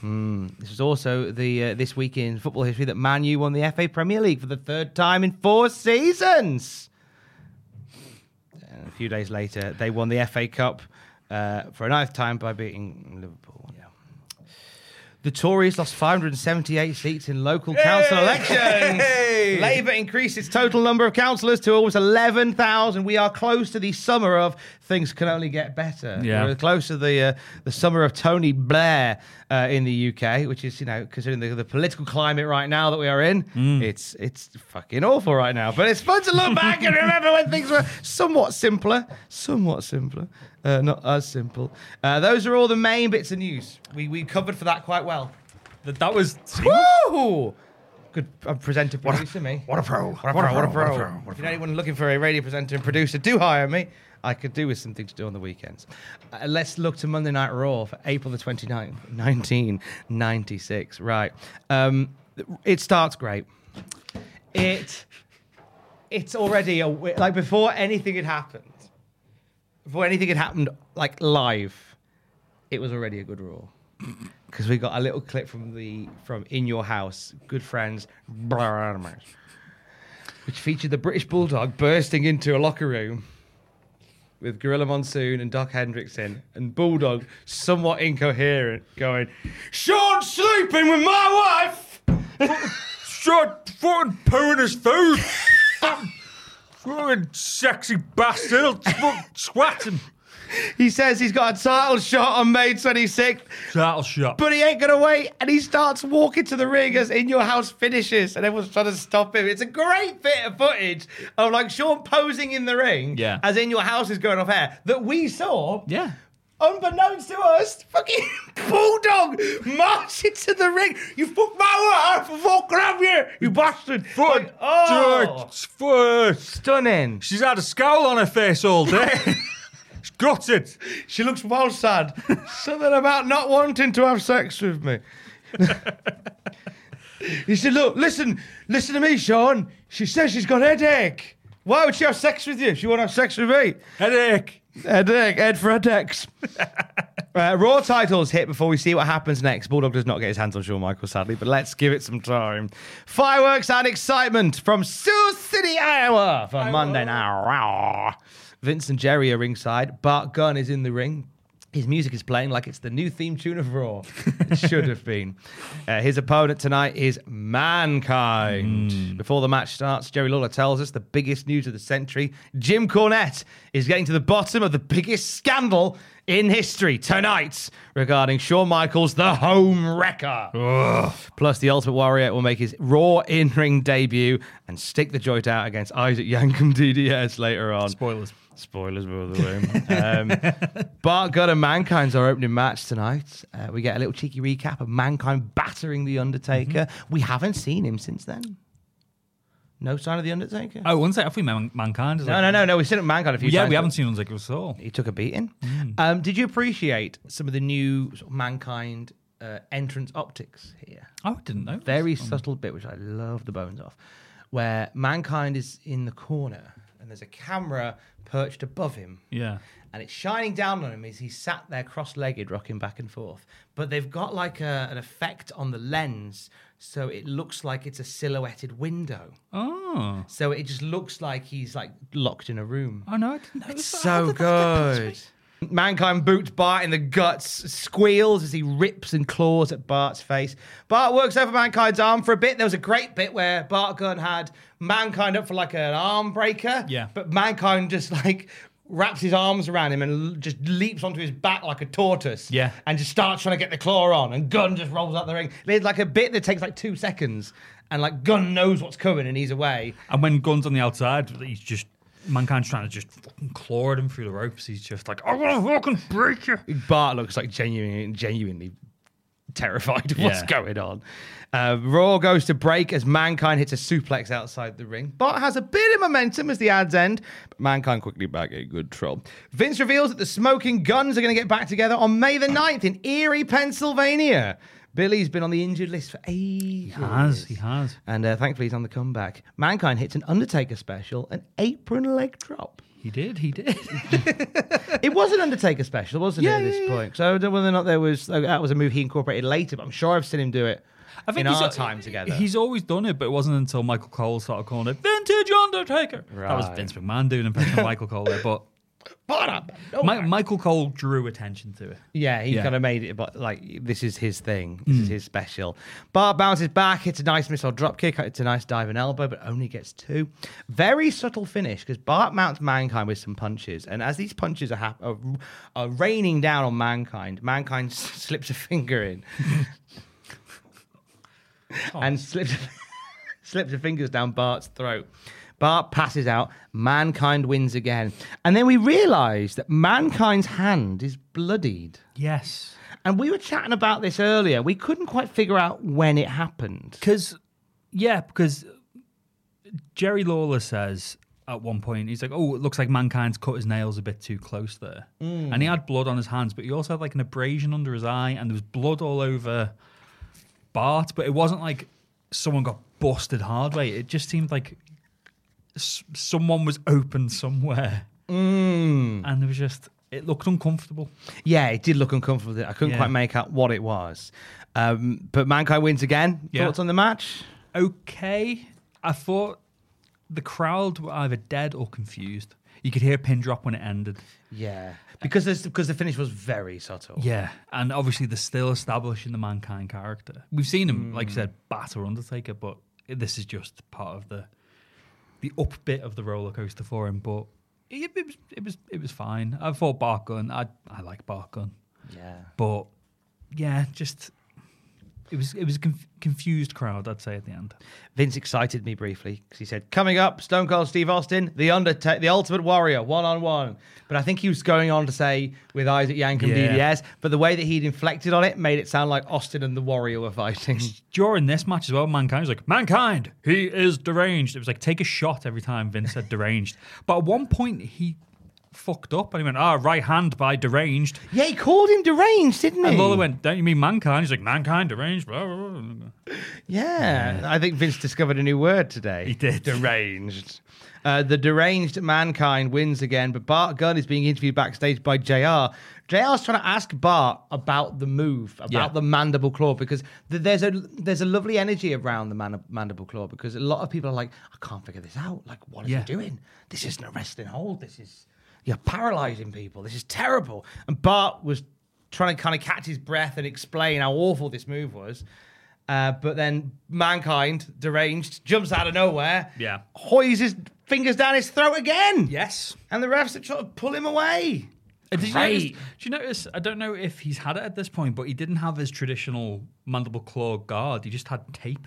Mm. This was also the uh, this week in football history that Man U won the FA Premier League for the third time in four seasons. And a few days later, they won the FA Cup uh, for a ninth time by beating Liverpool. The Tories lost 578 seats in local council elections.
Hey!
Labour increased its total number of councillors to almost 11,000. We are close to the summer of things can only get better.
Yeah.
We're close to the uh, the summer of Tony Blair uh, in the UK, which is, you know, considering the, the political climate right now that we are in, it's it's fucking awful right now. But it's fun to look back and remember when things were somewhat simpler, somewhat simpler, uh, not as simple. Uh, those are all the main bits of news. We, we covered for that quite well.
Th- That was.
Woo! Good uh, presenter producer, me.
What a pro.
What a pro, what a pro. If you know anyone looking for a radio presenter and producer, do hire me. I could do with something to do on the weekends. Uh, let's look to Monday Night Raw for April the 29th, 1996. Right. Um, it starts great. It it's already a wi- like before anything had happened. Before anything had happened like live, it was already a good Raw. Because we got a little clip from the from In Your House, good friends, which featured the British Bulldog bursting into a locker room with Gorilla Monsoon and Doc Hendrickson, and Bulldog somewhat incoherent, going, "Sean sleeping with my wife."
Shut fucking pooing his food! fucking sexy bastard! I'll fucking swat him!
He says he's got a title shot on May 26th,
That'll shut.
but he ain't gonna wait, and he starts walking to the ring as In Your House finishes, and everyone's trying to stop him. It's a great bit of footage of like Sean posing in the ring,
Yeah.
as In Your House is going off air that we saw,
yeah.
unbeknownst to us, fucking bulldog marched into the ring. You fucked my wife, I fuck grab you, you bastard. Like, oh,
first.
stunning.
She's had a scowl on her face all day. She's got it.
She looks well sad. Something about not wanting to have sex with me. he said, look, listen, listen to me, Sean. She says she's got headache. Why would she have sex with you? She won't have sex with me.
Headache.
Headache, head for headaches. uh, raw titles hit before we see what happens next. Bulldog does not get his hands on Shawn Michaels, sadly, but let's give it some time. Fireworks and excitement from Sioux City, Iowa for Monday Night Raw. Vince and Jerry are ringside. Bart Gunn is in the ring. His music is playing like it's the new theme tune of Raw. It should have been. Uh, his opponent tonight is Mankind. Before the match starts, Jerry Lawler tells us the biggest news of the century Jim Cornette is getting to the bottom of the biggest scandal in history tonight regarding Shawn Michaels, the home wrecker. Plus, the Ultimate Warrior will make his Raw in ring debut and stick the joint out against Isaac Yankum DDS later on.
Spoilers.
Spoilers, by the way. Um, Bart Gunn and Mankind's our opening match tonight. Uh, we get a little cheeky recap of Mankind battering The Undertaker. We haven't seen him since then. No sign of The Undertaker?
Oh, one sec. Have we man- mankind? Is
no,
like-
no, no, no. We've seen Mankind a few
Yeah,
times.
we haven't seen Undertaker at all.
He took a beating.
Mm.
Um, did you appreciate some of the new sort of Mankind uh, entrance optics here?
Oh, I didn't know.
very subtle bit which I love the bones off, where mankind is in the corner and there's a camera perched above him.
Yeah.
And it's shining down on him as he sat there cross-legged, rocking back and forth. But they've got like a, an effect on the lens, so it looks like it's a silhouetted window.
Oh.
So it just looks like he's like locked in a room.
Oh no, I didn't know.
It's so good. Mankind boots Bart in the guts, squeals as he rips and claws at Bart's face. Bart works over Mankind's arm for a bit. There was a great bit where Bart Gunn had Mankind up for like an arm breaker.
Yeah.
But Mankind just like wraps his arms around him and l- just leaps onto his back like a tortoise.
Yeah.
And just starts trying to get the claw on. And Gunn just rolls out the ring. There's like a bit that takes like two seconds. And like Gunn knows what's coming and he's away.
And when guns on the outside, he's just mankind's trying to just fucking claw at him through the ropes. He's just like, I want to fucking break you.
Bart looks like genuinely, genuinely terrified of what's
Yeah.
going on. Uh, Raw goes to break as Mankind hits a suplex outside the ring. Bart has a bit of momentum as the ads end, but Mankind quickly back in good troll. Vince reveals that the Smoking Guns are going to get back together on May the 9th in Erie, Pennsylvania. Billy's been on the injured list for ages.
He has, he has.
And uh, thankfully, he's on the comeback. Mankind hits an Undertaker special, an apron leg drop.
He did, he did.
It was an Undertaker special, wasn't it,
Yeah,
at
yeah,
this
yeah.
point? So I don't know whether or not there was like, that was a move he incorporated later, but I'm sure I've seen him do it
I think
in
he's
our time together.
He's always done it, but it wasn't until Michael Cole started calling it Vintage Undertaker. That was
Right.
Vince McMahon doing an impression of Michael Cole there, but
But up.
Mi- Michael Cole drew attention to it.
Yeah, he
Yeah.
kind of made it, but like this is his thing. This is his special. Bart bounces back, hits a nice missile drop kick, it's a nice dive and elbow, but only gets two. Very subtle finish because Bart mounts mankind with some punches, and as these punches are, hap- are, are raining down on mankind, mankind s- slips a finger in, and slips slips her fingers down Bart's throat. Bart passes out. Mankind wins again, and then we realise that mankind's hand is bloodied.
Yes.
And we were chatting about this earlier. We couldn't quite figure out when it happened.
Because, yeah, because Jerry Lawler says at one point, he's like, oh, it looks like mankind's cut his nails a bit too close there. And he had blood on his hands, but he also had like an abrasion under his eye, and there was blood all over Bart, but it wasn't like someone got busted hard way. It just seemed like s- someone was open somewhere. And it was just, it looked uncomfortable.
Yeah, it did look uncomfortable. I couldn't
Yeah.
quite make out what it was. Um, but Mankind wins again.
Yeah.
Thoughts on the match?
okay. I thought the crowd were either dead or confused. You could hear a pin drop when it ended.
Yeah, because there's, because the finish was very subtle.
Yeah. And obviously, they're still establishing the mankind character. We've seen him, like you said, batter Undertaker, but this is just part of the the up bit of the roller coaster for him. But it, it was it was it was fine. I thought Bark Gun. I I like Bark Gun,
Yeah.
but yeah, just it was it was a conf- confused crowd. I'd say at the end.
Vince excited me briefly because he said, "Coming up, Stone Cold Steve Austin, the Undertaker, the Ultimate Warrior, one on one." But I think he was going on to say with Isaac Yank and
Yeah.
DDS. But the way that he'd inflected on it made it sound like Austin and the Warrior were fighting.
during this match as well, Mankind was like, Mankind, he is deranged. It was like, take a shot every time Vince said deranged. But at one point, he fucked up and he went, ah, right hand by deranged.
yeah, he called him deranged, didn't he?
And Lola went, don't you mean Mankind? He's like, Mankind, deranged. Blah, blah, blah.
Yeah, I think Vince discovered a new word today.
He did.
Deranged. Uh, the deranged mankind wins again, but Bart Gunn is being interviewed backstage by JR. JR's trying to ask Bart about the move, about
Yeah.
the mandible claw, because th- there's a there's a lovely energy around the man- mandible claw because a lot of people are like, I can't figure this out. Like, what is
Yeah.
he doing? This isn't a wrestling hold. This is you're paralyzing people. This is terrible. And Bart was trying to kind of catch his breath and explain how awful this move was. Uh, but then mankind, deranged, jumps out of nowhere.
Yeah.
Hoys his fingers down his throat again.
Yes.
And the refs are trying to pull him away.
Uh, Did you notice,
Great.
do you notice? I don't know if he's had it at this point, but he didn't have his traditional mandible claw guard. He just had tape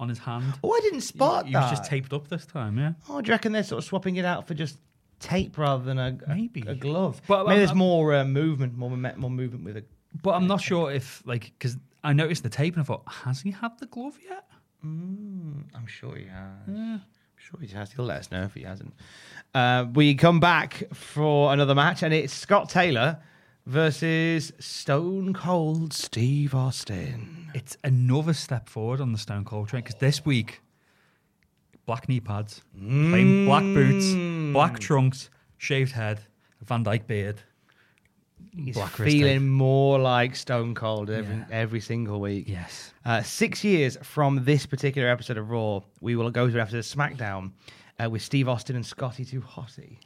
on his hand.
Oh, I didn't spot
he
that.
was just taped up this time, yeah.
Oh, do you reckon they're sort of swapping it out for just tape rather than a, a-
Maybe. um,
a glove?
But-
Maybe there's
I'm-
more uh, movement, more mome- more movement with a.
But I'm not sure if, like, because I noticed the tape and I thought, has he had the glove yet?
I'm sure he has. I'm sure he has. He'll let us know if he hasn't. Uh, we come back for another match, and it's Scott Taylor versus Stone Cold Steve Austin.
It's another step forward on the Stone Cold train because this week, black knee pads, plain black boots,
Mm.
black trunks, shaved head, Van Dyke beard,
He's
black wrist
feeling
tape.
more like Stone Cold every,
Yeah.
every single week.
Yes.
Uh, six years from this particular episode of Raw, we will go to after SmackDown uh, with Steve Austin and Scotty Too Hottie,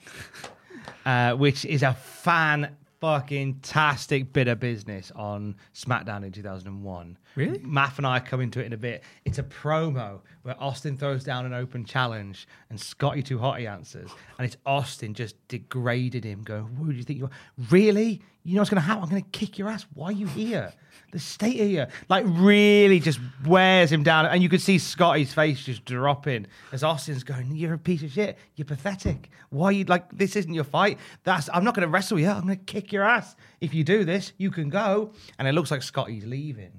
uh, which is a fan fucking tastic bit of business on SmackDown in 2001.
Really?
Math and I come into it in a bit. It's a promo where Austin throws down an open challenge and Scotty Too Hottie answers. And it's Austin just degraded him, going, Who do you think you are? Really? You know what's going to happen? I'm going to kick your ass. Why are you here? The state of you. Like, really just wears him down. And you could see Scotty's face just dropping as Austin's going, You're a piece of shit. You're pathetic. Why are you like, this isn't your fight? That's, I'm not going to wrestle you. I'm going to kick your ass. If you do this, you can go. And it looks like Scotty's leaving.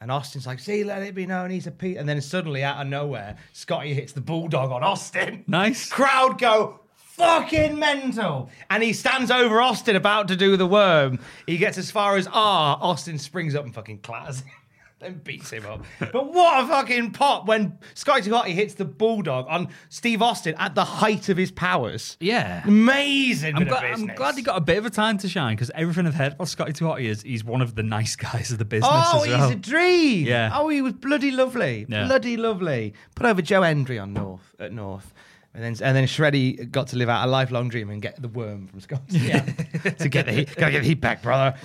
And Austin's like, see, let it be known he's a Pete. And then suddenly, out of nowhere, Scotty hits the bulldog on Austin.
Nice.
Crowd go fucking mental. And he stands over Austin about to do the worm. He gets as far as R. Austin springs up and fucking clatters him. Then beats him up. But what a fucking pop when Scotty Scotty hits the bulldog on Steve Austin at the height of his powers.
Yeah.
Amazing.
I'm
bit of
glad, I'm
business.
glad he got a bit of a time to shine because everything I've heard about Scotty Tuhati is he's one of the nice guys of the business
Oh,
as
he's
well.
a dream.
Yeah.
Oh, he was bloody lovely.
Yeah.
Bloody lovely. Put over Joe Hendry on North at North. And then, and then Shreddy got to live out a lifelong dream and get the worm from Scott. to get the heat. Gotta get the heat back, brother.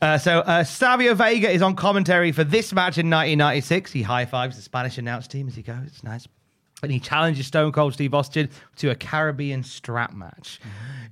Uh, so uh, Savio Vega is on commentary for this match in 1996. He high fives the Spanish announced team as he goes. It's nice. And he challenges Stone Cold Steve Austin to a Caribbean strap match.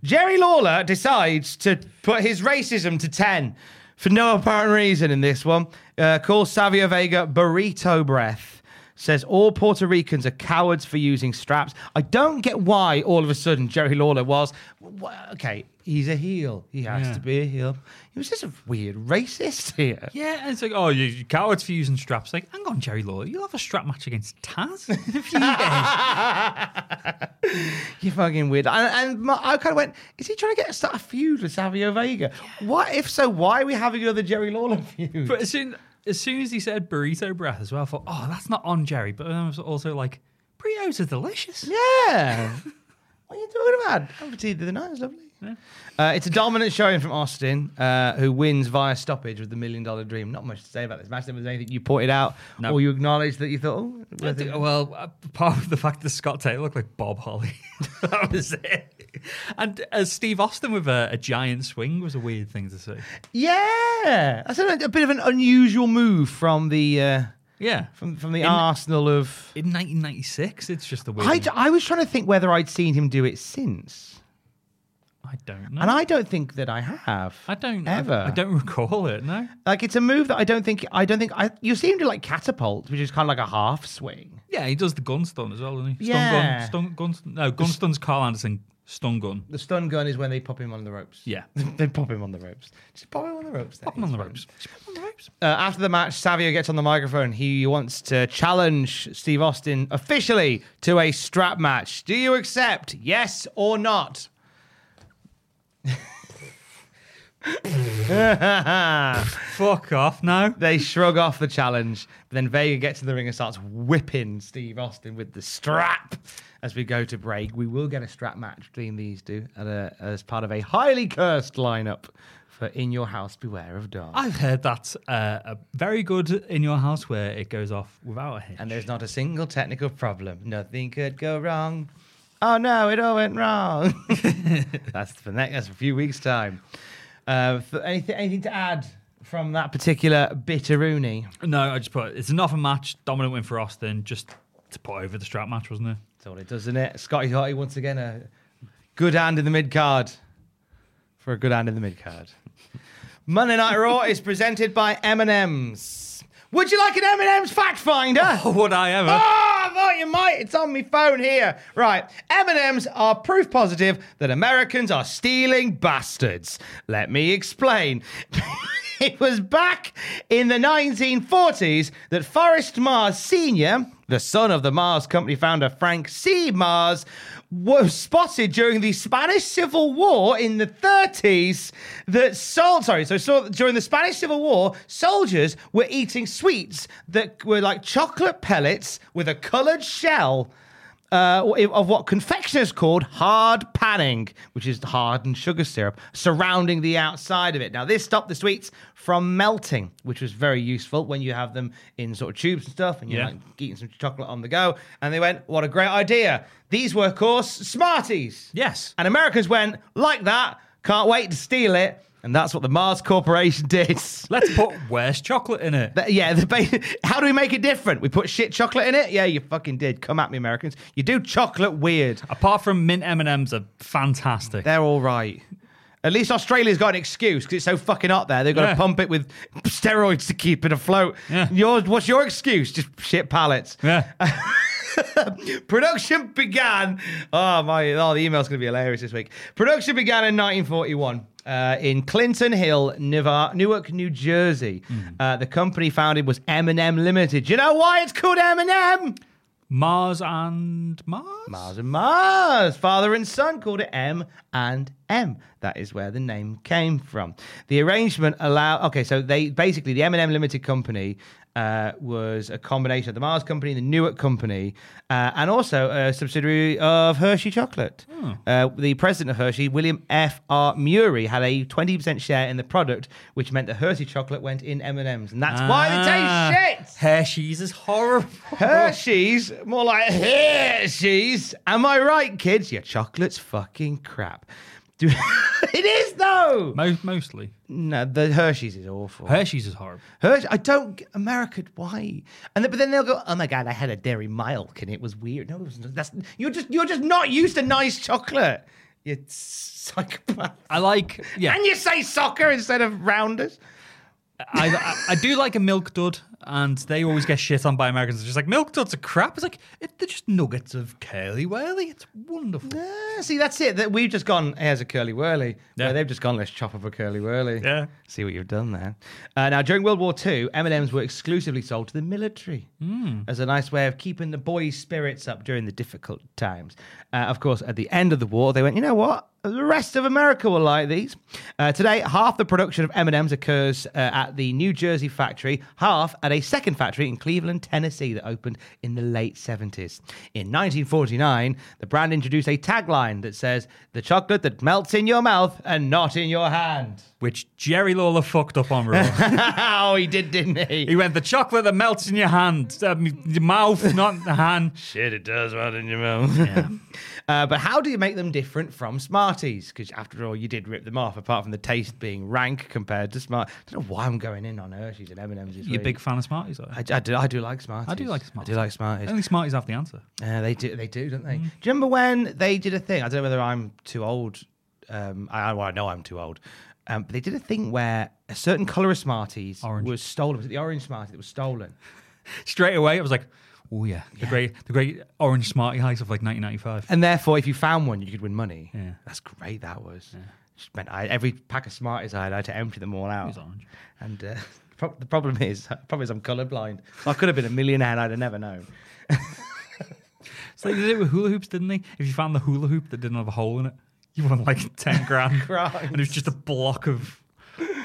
Jerry Lawler decides to put his racism to 10 for no apparent reason in this one. Uh, calls Savio Vega burrito breath says all Puerto Ricans are cowards for using straps. I don't get why all of a sudden Jerry Lawler was wh- okay. He's a heel. He has
Yeah.
to be a heel. He was just a weird racist here.
Yeah, and it's like, oh, you, you cowards for using straps. Like, hang on, Jerry Lawler, you'll have a strap match against Taz in a few days.
You fucking weird. And, and my, I kind of went, is he trying to get start a feud with Savio Vega? What if so? Why are we having another Jerry Lawler feud?
But as soon, as soon as he said burrito breath as well, I thought, oh, that's not on Jerry. But then I was also like, burritos are delicious.
Yeah. what are you talking about? I haven't seen the night. It's lovely. Uh, it's a dominant showing from Austin, uh, who wins via stoppage with the Million Dollar Dream. Not much to say about this match. There was anything you pointed out
No.
or you acknowledged that you thought, oh,
I
worth it.
think- well, uh, apart from the fact that Scott Taylor looked like Bob Holly, that was it. And uh, Steve Austin with a, a giant swing was a weird thing to see.
yeah, that's a, a bit of an unusual move from the uh,
Yeah,
from from the
In-
arsenal of.
in 1996, it's just a weird.
I, I was trying to think whether I'd seen him do it since,
I don't know.
and I don't think that I have.
I don't I-
ever.
I, don't recall it. No.
like. It's a move that I don't think. I don't think. I you see him do like catapult, which is kind of like a half swing.
Yeah, he does the gun stun as well, doesn't he?
Yeah.
Stun gun. Stun gun. No, gun stun's Carl Anderson stun gun.
The stun gun is when they pop him on the ropes.
Yeah.
they pop him on the ropes. Just pop him on the ropes.
Pop him on the ropes. Just pop him on the ropes.
Uh, after the match, Savio gets on the microphone. He wants to challenge Steve Austin officially to a strap match. Do you accept? Yes or not?
Fuck off now.
They shrug off the challenge. But then Vega gets in the ring and starts whipping Steve Austin with the strap. As we go to break, we will get a strap match between these two at a, as part of a highly cursed lineup for In Your House, Beware of Dark.
I've heard that uh, a very good in your house where it goes off without a hitch.
and there's not a single technical problem. Nothing could go wrong. Oh no, it all went wrong. that's for next. That's a few weeks time. Uh, th- anything, anything to add from that particular bitteroonie?
No, I just put it's enough a match. Dominant win for Austin, just to put over the strap match, wasn't it?
That's all it does, isn't it? Scotty Harty once again a good hand in the mid card for a good hand in the mid card. Monday Night Raw is presented by M and M's. Would you like an M and M's fact finder?
Oh, would I ever?
Oh, I thought you might. It's on my phone here. Right. M&Ms are proof positive that Americans are stealing bastards. Let me explain. it was back in the 1940s that Forrest Mars Sr., the son of the Mars Company founder Frank C. Mars, was spotted during the Spanish Civil War in the 30s that sold sorry so, so during the Spanish Civil War soldiers were eating sweets that were like chocolate pellets with a colored shell uh, of what confectioners called hard panning, which is hardened sugar syrup surrounding the outside of it. Now, this stopped the sweets from melting, which was very useful when you have them in sort of tubes and stuff, and you're
Yeah.
like eating some chocolate on the go. And they went, "What a great idea!" These were, of course, Smarties.
Yes.
And Americans went like that. Can't wait to steal it. And that's what the Mars Corporation did.
Let's put worse chocolate in it.
But yeah, the ba- how do we make it different? We put shit chocolate in it? Yeah, you fucking did. Come at me, Americans. You do chocolate weird.
Apart from mint M and M's are fantastic.
They're all right. At least Australia's got an excuse because it's so fucking hot there. They've got
Yeah.
to pump it with steroids to keep it afloat.
Yeah.
Yours, what's your excuse? Just shit pallets.
yeah.
Production began. Oh my! Oh, the email's going to be hilarious this week. Production began in 1941 uh, in Clinton Hill, Neva- Newark, New Jersey.
Hmm.
Uh, the company founded was M&M Limited. Do you know why it's called M&M?
Mars and Mars.
Mars and Mars, father and son, called it M and M. That is where the name came from. The arrangement allowed. Okay, so they basically the M&M Limited Company uh, was a combination of the Mars Company, the Newark Company, uh, and also a subsidiary of Hershey Chocolate. Uh, the president of Hershey, William F. R. Murray, had a 20% share in the product, which meant that Hershey Chocolate went in M&M's, and that's why they taste shit.
Ah. Hershey's is horrible.
Hershey's, more like Hershey's. Am I right, kids? Your chocolate's fucking crap. Do- it is though.
Most, mostly.
No, the Hershey's is awful.
Hershey's is horrible.
Hershey, I don't g- America. Why? And then, but then they'll go, "Oh my god, I had a Dairy Milk and it was weird." No, it was, that's you're just you're just not used to nice chocolate. You psychopath.
I like, yeah.
And you say soccer instead of rounders.
I, I, I do like a milk dud, and they always get shit on by Americans. It's just like milk duds are crap. It's like it, they're just nuggets of curly whirly. It's wonderful.
Ah, see, that's it. That we've just gone. Here's a curly whirly.
Yeah.
Where they've just gone. Let's chop up a curly whirly.
Yeah.
See what you've done there. Uh, now, during World War II, M and M's were exclusively sold to the military as a nice way of keeping the boys' spirits up during the difficult times. Uh, of course, at the end of the war, they went. You know what? The rest of America will like these. Uh, today, half the production of M and M's occurs uh, at the New Jersey factory, half at a second factory in Cleveland, Tennessee, that opened in the late 70s. In 1949, the brand introduced a tagline that says, "The chocolate that melts in your mouth and not in your hand."
Which Jerry Lawler fucked up on raw.
oh, he did, didn't he?
he went the chocolate that melts in your hand, um, your mouth, not the hand.
Shit, it does right in your mouth. uh, but how do you make them different from Smarties? Because after all, you did rip them off, apart from the taste being rank compared to Smart. I don't know why I'm going in on Hershey's and M&M's. this
You're a
week.
big fan of Smarties, though.
I, I do, I do like Smarties.
I do like Smarties.
I do like
I
Smarties.
think Smarties have the answer.
Uh, they do, they do, don't they? Do you remember when they did a thing? I don't know whether I'm too old. Um, I, well, I know I'm too old. Um, but they did a thing where a certain colour of Smarties
Orange.
was stolen. Was it the orange Smartie that was stolen?
Straight away, I was like, oh yeah, the great, the great orange Smartie heist of like 1995.
And therefore, if you found one, you could win money.
Yeah.
That's great, that was. Just meant I, every pack of Smarties I had, I had to empty them all out.
was orange.
And uh, pro- the problem is, problem is I'm colourblind. I could have been a millionaire and I'd have never known.
So they did it with hula hoops, didn't they? If you found the hula hoop that didn't have a hole in it, you won like 10 grand. and it was just a block of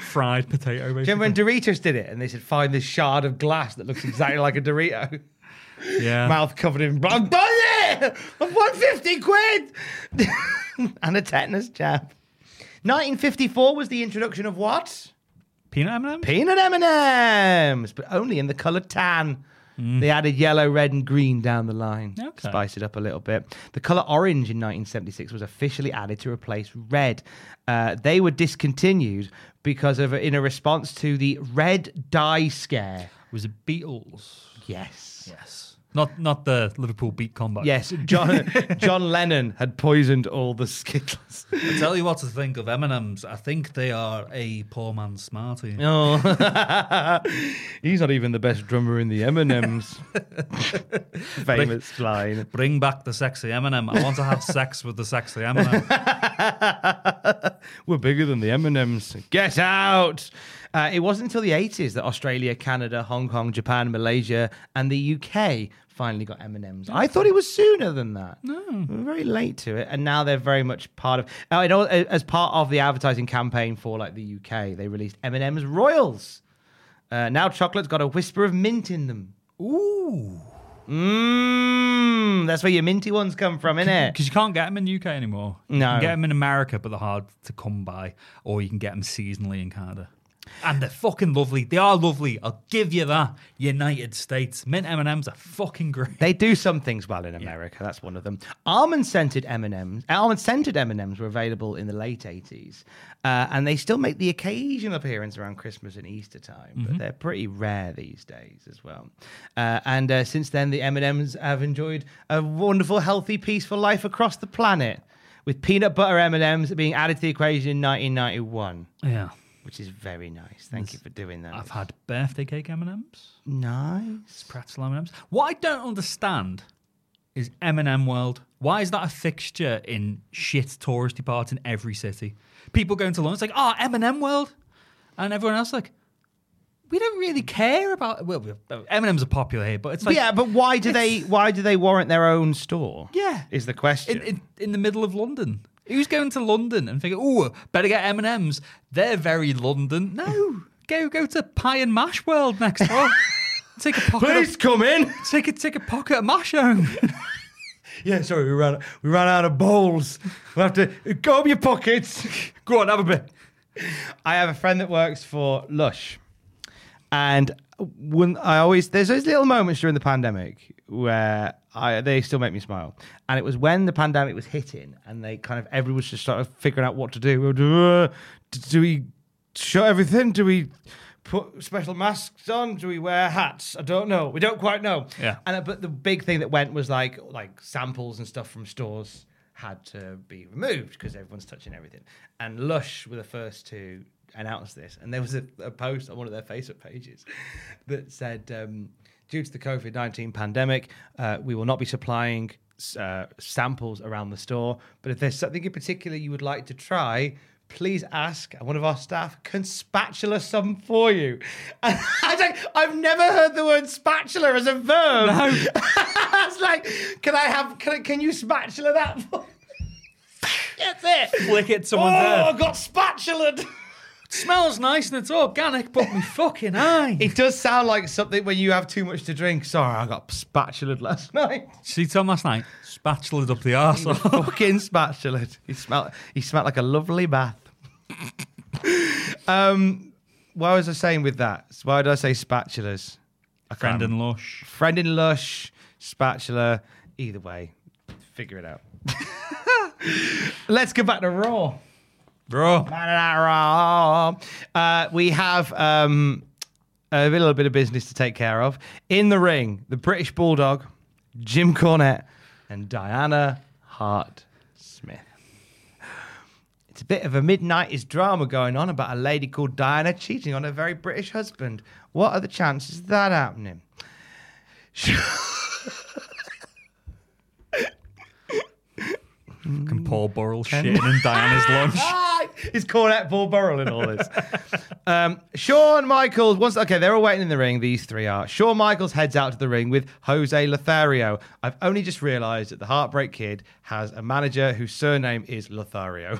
fried potato.
Do you
Basically.
remember when Doritos did it and they said, find this shard of glass that looks exactly like a Dorito?
Yeah.
Mouth covered in blood. I've done it! I've won 50 quid! and a tetanus jab. 1954 was the introduction of what?
Peanut M&M?
peanut M&Ms, but only in the color tan. They added yellow, red, and green down the line.
Mm. Okay.
Spice it up a little bit. The color orange in 1976 was officially added to replace red. Uh, they were discontinued because of in a response to the red dye scare.
was it Beatles?
Yes.
Yes. Not not the Liverpool beat combat.
Yes, John John Lennon had poisoned all the Skittles.
I tell you what to think of M&M's. I think they are a poor man's Smartie.
Oh, he's not even the best drummer in the M&Ms. Famous line.
Bring back the sexy M&M. I want to have sex with the sexy M&M.
We're bigger than the M&Ms. Get out! Uh, it wasn't until the 80s that Australia, Canada, Hong Kong, Japan, Malaysia, and the UK finally got M&Ms. I thought it was sooner than that. No, we were very late to it, and now they're very much part of. Oh, and all, as part of the advertising campaign for like the UK, they released M&Ms Royals. Uh, now chocolate's got a whisper of mint in them.
Ooh.
Mmm, that's where your minty ones come from, innit?
Because you can't get them in the UK anymore. You
No.
can get them in America, but they're hard to come by. Or you can get them seasonally in Canada. And they're fucking lovely. They are lovely. I'll give you that. United States mint M and M's are fucking great.
They do some things well in America. That's one of them. Almond scented M and M's. Almond scented M and M's were available in the late eighties, uh, and they still make the occasional appearance around Christmas and Easter time,
Mm-hmm.
but they're pretty rare these days as well. Uh, and uh, since then, the M and M's have enjoyed a wonderful, healthy, peaceful life across the planet, with peanut butter M and M's being added to the equation in 1991,
Yeah.
which is very nice. Thank you for doing that.
I've had birthday cake M and M's,
nice.
pretzel M and M's. What I don't understand is M and M world. Why is that a fixture in shit touristy parts in every city? People going to London, it's like, ah, M and M world, and everyone else like, we don't really care about. Well, M and M's are popular here, but it's like,
yeah, but why do they? Why do they warrant their own store?
Yeah.
is the question.
in, in, in the middle of London.
Who's going to London and thinking, "Oh, better get M and M's"? They're very London. No, go go to Pie and Mash World next door. take a pocket.
Please
Of,
come in.
take a take a pocket of mash home.
Yeah, sorry, we ran we ran out of bowls. We'll have to go up your pockets.
Go on, have a bit.
I have a friend that works for Lush, and when I always there's those little moments during the pandemic where I they still make me smile. And it was when the pandemic was hitting, and they kind of everyone was just sort of figuring out what to do. Do do we shut everything? Do we put special masks on? Do we wear hats? I don't know. We don't quite know.
Yeah.
And uh, but the big thing that went was like like samples and stuff from stores had to be removed because everyone's touching everything. And Lush were the first to announce this, and there was a, a post on one of their Facebook pages that said, um, "Due to the COVID nineteen pandemic, uh, we will not be supplying." Uh, samples around the store, but if there's something in particular you would like to try, please ask, and one of our staff can spatula some for you. And I don't, I've never heard the word spatula as a verb. I was like, can I have? Can, I- can you spatula that? For That's it.
Flick it
Oh,
someone's
I
head.
got spatulaed.
Smells nice and it's organic, but me fucking eye.
It does sound like something when you have too much to drink. Sorry, I got spatulaed last night.
See Tom last night, spatulaed up the
Mm.
arsehole.
Fucking spatulaed. He smelled. He smelled like a lovely bath. um, why was I saying with that? Why did I say spatulas? I can't
Brendan Lush.
friend in lush spatula either way figure it out let's go back to raw
Bro.
Raw. uh, we have um, a little bit of business to take care of in the ring the british bulldog jim cornette and diana hart smith it's a bit of a midnight drama going on about a lady called Diana cheating on her very British husband. What are the chances of that happening?
Fucking Paul Burrell shitting in Diana's lunch.
Ah, Is Cornette Paul Burrell in all this? um, Shawn Michaels once okay, they're all waiting in the ring. These three are. Shawn Michaels heads out to the ring with Jose Lothario. I've only just realised that the Heartbreak Kid has a manager whose surname is Lothario.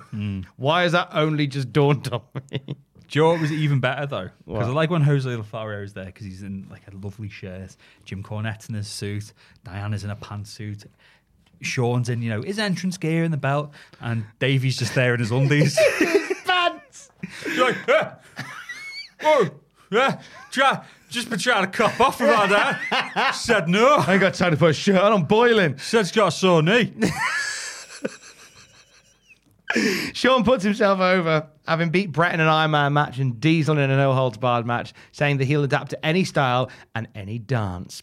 Why has that only just dawned on me?
Do you know what was even better though? Because I
What?
like when Jose Lothario is there because he's in like a lovely shirt. Jim Cornette in his suit. Diana's in a pantsuit. Sean's in, you know, his entrance gear and the belt, and Davey's just there in his undies.
Pants.
You're like, "Huh? oh, yeah, try, just been trying to cop off about that. eh? Said no.
I ain't got time to put a shirt on. I'm boiling.
Said it's got a sore knee.
Sean puts himself over, having beat Brett in an Iron Man match and Diesel in a no holds barred match, saying that he'll adapt to any style and any dance.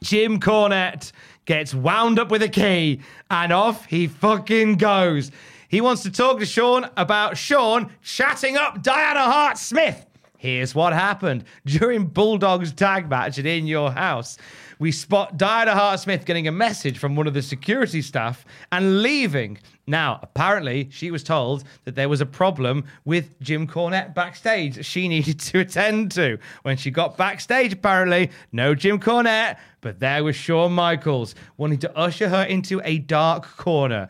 Jim Cornette gets wound up with a key and off he fucking goes. He wants to talk to Sean about Sean chatting up Diana Hart Smith. Here's what happened during Bulldog's tag match at In Your House. We spot Diana Hart Smith getting a message from one of the security staff and leaving. Now, apparently, she was told that there was a problem with Jim Cornette backstage that she needed to attend to. When she got backstage, apparently, no Jim Cornette, but there was Shawn Michaels wanting to usher her into a dark corner.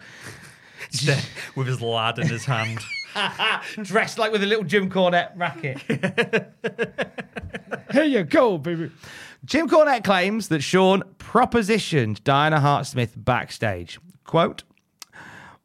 There, with his lad in his hand.
dressed like with a little Jim Cornette racket. Here you go, baby. Jim Cornette claims that Sean propositioned Diana Hart Smith backstage. Quote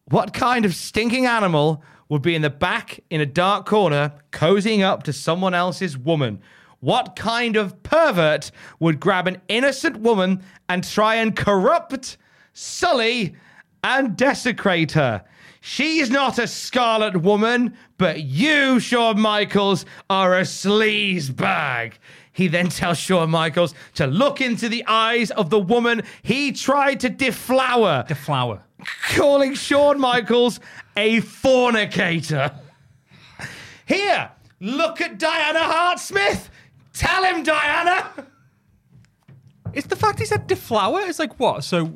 What kind of stinking animal would be in the back in a dark corner cozying up to someone else's woman? What kind of pervert would grab an innocent woman and try and corrupt, sully, and desecrate her? She's not a scarlet woman, but you, Shawn Michaels, are a sleaze bag. He then tells Shawn Michaels to look into the eyes of the woman he tried to deflower,
The flower.
calling Shawn Michaels a fornicator. Here, look at Diana Hart Smith. Tell him, Diana.
It's the fact he said deflower. It's like what? So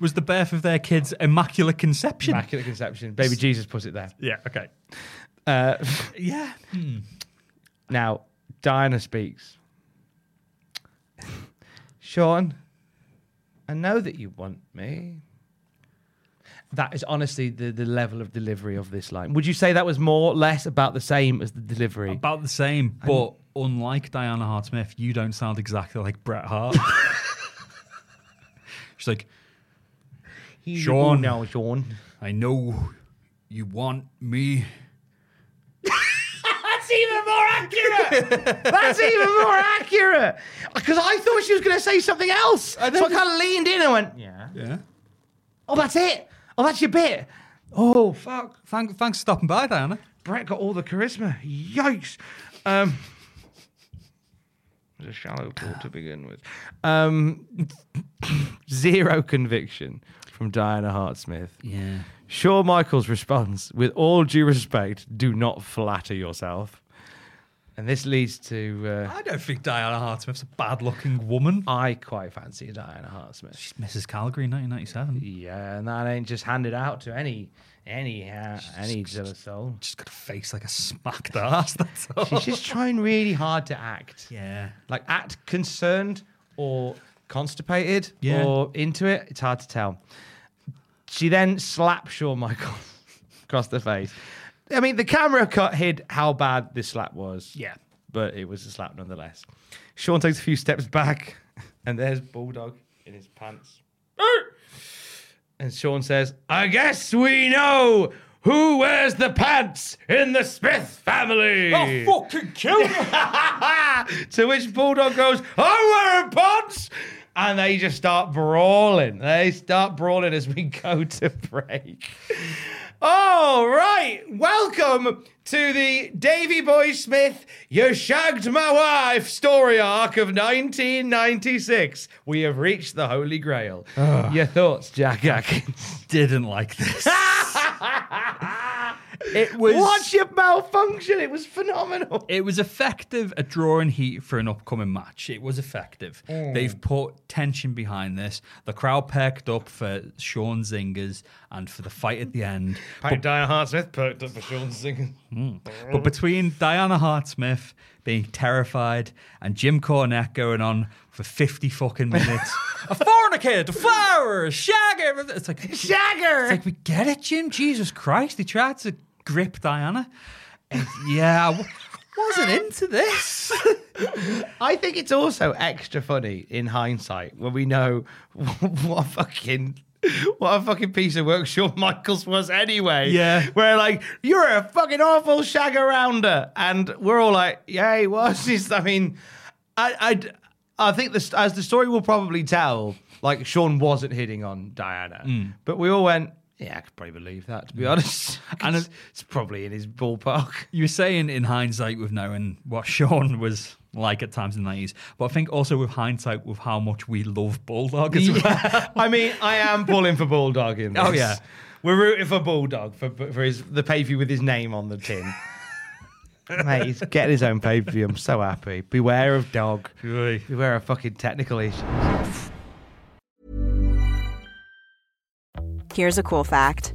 was the birth of their kids immaculate conception?
Immaculate conception. Baby Jesus puts it there. Uh,
yeah. Okay. yeah. Hmm.
Now, Diana speaks. Sean, I know that you want me. That is honestly the, the level of delivery of this line. Would you say that was more, less, about the same as the delivery?
About the same, but unlike Diana Hart Smith, you don't sound exactly like Bret Hart. She's like,
He's
Sean.
now, Sean.
I know you want me.
That's even more accurate. That's even more accurate. Because I thought she was going to say something else. so I kind of leaned in and went, yeah.
Yeah.
Oh, that's it. Oh, that's your bit. Oh, fuck.
Thank, thanks for stopping by, Diana.
Brett got all the charisma. Yikes. Um, it was a shallow pool to begin with. Um, zero conviction from Diana Hartsmith.
Yeah.
Shawn Michaels' response, with all due respect, do not flatter yourself. And this leads to. Uh,
I don't think Diana Hart Smith's a bad looking woman.
I quite fancy Diana Hartsmith.
She's Mrs. Calgary 1997.
Yeah, and that ain't just handed out to any, any, uh, any zilla soul.
She's got a face like a smacked ass, that's all.
She's just trying really hard to act.
Yeah.
like act concerned or constipated
Yeah.
or into it. It's hard to tell. She then slapped Shawn Michaels across the face. I mean, the camera cut hid how bad this slap was.
Yeah.
But it was a slap nonetheless. Sean takes a few steps back, and there's Bulldog in his pants. And Sean says, I guess we know who wears the pants in the Smith family.
fucking kill me!
to which Bulldog goes, "Oh, I'm wearing pants! And they just start brawling. They start brawling as we go to break. All right, welcome to the Davy Boy Smith You Shagged My Wife story arc of 1996. We have reached the Holy Grail. Your thoughts, Jack Atkins?
Didn't like this. it was.
Watch your malfunction. It was phenomenal.
It was effective at drawing heat for an upcoming match. It was effective. They've put tension behind this. The crowd perked up for Sean Zingers and for the fight at the end.
But Diana Hart Smith perked up for Sean singing.
But between Diana Hartsmith being terrified and Jim Cornette going on for 50 fucking minutes, a fornicator, a flower, a shagger. It's like,
Jagger!
It's like, we get it, Jim. Jesus Christ. He tried to grip Diana. And yeah, I w- wasn't into this.
I think it's also extra funny in hindsight when we know what a fucking what a fucking piece of work Shawn Michaels was anyway.
Yeah.
Where like, you're a fucking awful shag arounder. And we're all like, yeah, he was. It's- I mean, I I I think this as the story will probably tell, like Sean wasn't hitting on Diana. But we all went, yeah, I could probably believe that, to be honest. and it's, it's probably in his ballpark.
you were saying in hindsight with knowing what Sean was like at times in the 90s, but I think also with hindsight with how much we love Bulldog as well.
I mean, I am pulling for Bulldog in this.
Oh, yeah.
We're rooting for Bulldog for, for his the pay per view with his name on the tin. Mate, he's getting his own pay per view. I'm so happy. Beware of dog.
Oy.
Beware of fucking technical issues.
Here's a cool fact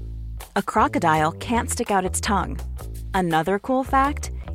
a crocodile can't stick out its tongue. Another cool fact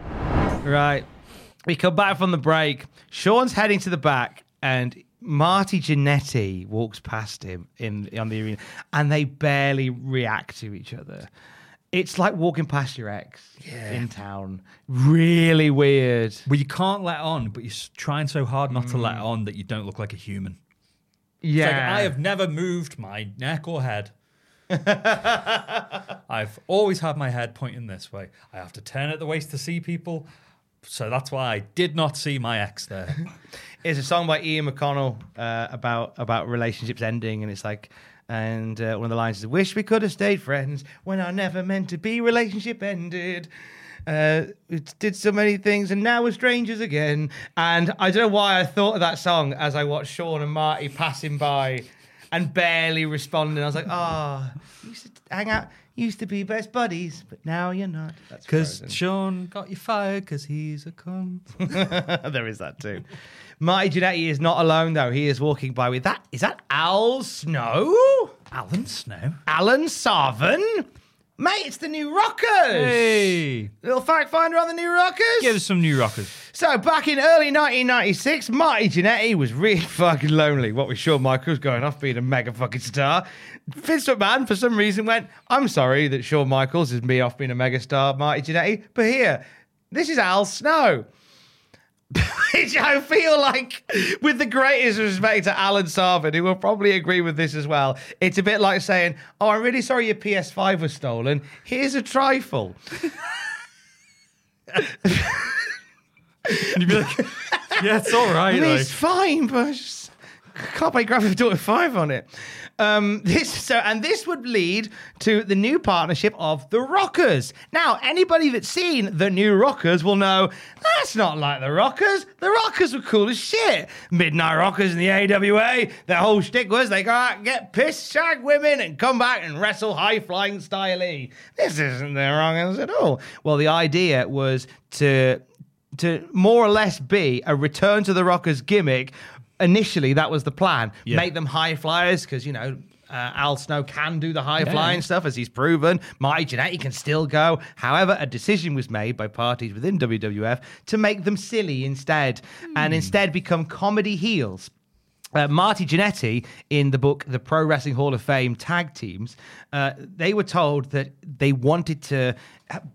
Right. We come back from the break. Sean's heading to the back, and Marty Jannetty walks past him in on the arena, and they barely react to each other. It's like walking past your ex in town. Really weird.
Well, you can't let on, but you're s- trying so hard not to let on that you don't look like a human. It's like,
Yeah.
I have never moved my neck or head. I've always had my head pointing this way. I have to turn at the waist to see people. So that's why I did not see my ex there.
It's a song by Ian McConnell uh, about about relationships ending, and it's like, and uh, one of the lines is, "Wish we could have stayed friends when our never meant to be relationship ended." Uh, it did so many things, and now we're strangers again. And I don't know why I thought of that song as I watched Sean and Marty passing by and barely responding. I was like, "Ah, you used to hang out, you used to be best buddies, but now you're not." That's
Because
Frozen.
Sean got you fired because he's a cunt.
there is that too. Marty Jannetty is not alone though. He is walking by with that. Is that Al Snow?
Alan Snow.
Alan Sarvin? Mate, it's the new Rockers.
Hey.
Little fact finder on the new Rockers.
Give us some new rockers.
So back in early 1996, Marty Jannetty was really fucking lonely. What with Shawn Michaels going off being a mega fucking star, Vince McMahon for some reason went, "I'm sorry that Shawn Michaels is me off being a mega star, Marty Jannetty, but here, this is Al Snow." Which I feel like, with the greatest respect to Alan Sarvin, who will probably agree with this as well, it's a bit like saying, "Oh, I'm really sorry your PS5 was stolen. Here's a trifle."
And you'd be like, yeah, it's all right.
I mean,
Like,
it's fine, but I just can't play Grand Theft Auto Five on it. Um, this so, and this would lead to the new partnership of the Rockers. Now, anybody that's seen the new Rockers will know that's not like the Rockers. The Rockers were cool as shit. Midnight Rockers in the AWA. Their whole shtick was they go out and get pissed, shag women, and come back and wrestle high flying style E. This isn't the Rockers at all. Well, the idea was to to more or less be a return to the Rockers gimmick. Initially, that was the plan.
Yeah.
Make them high flyers because, you know, uh, Al Snow can do the high
Yeah.
flying stuff as he's proven. Marty Jannetty can still go. However, a decision was made by parties within WWF to make them silly instead
Hmm.
and instead become comedy heels. Uh, Marty Jannetty, in the book The Pro Wrestling Hall of Fame Tag Teams, uh, they were told that they wanted to.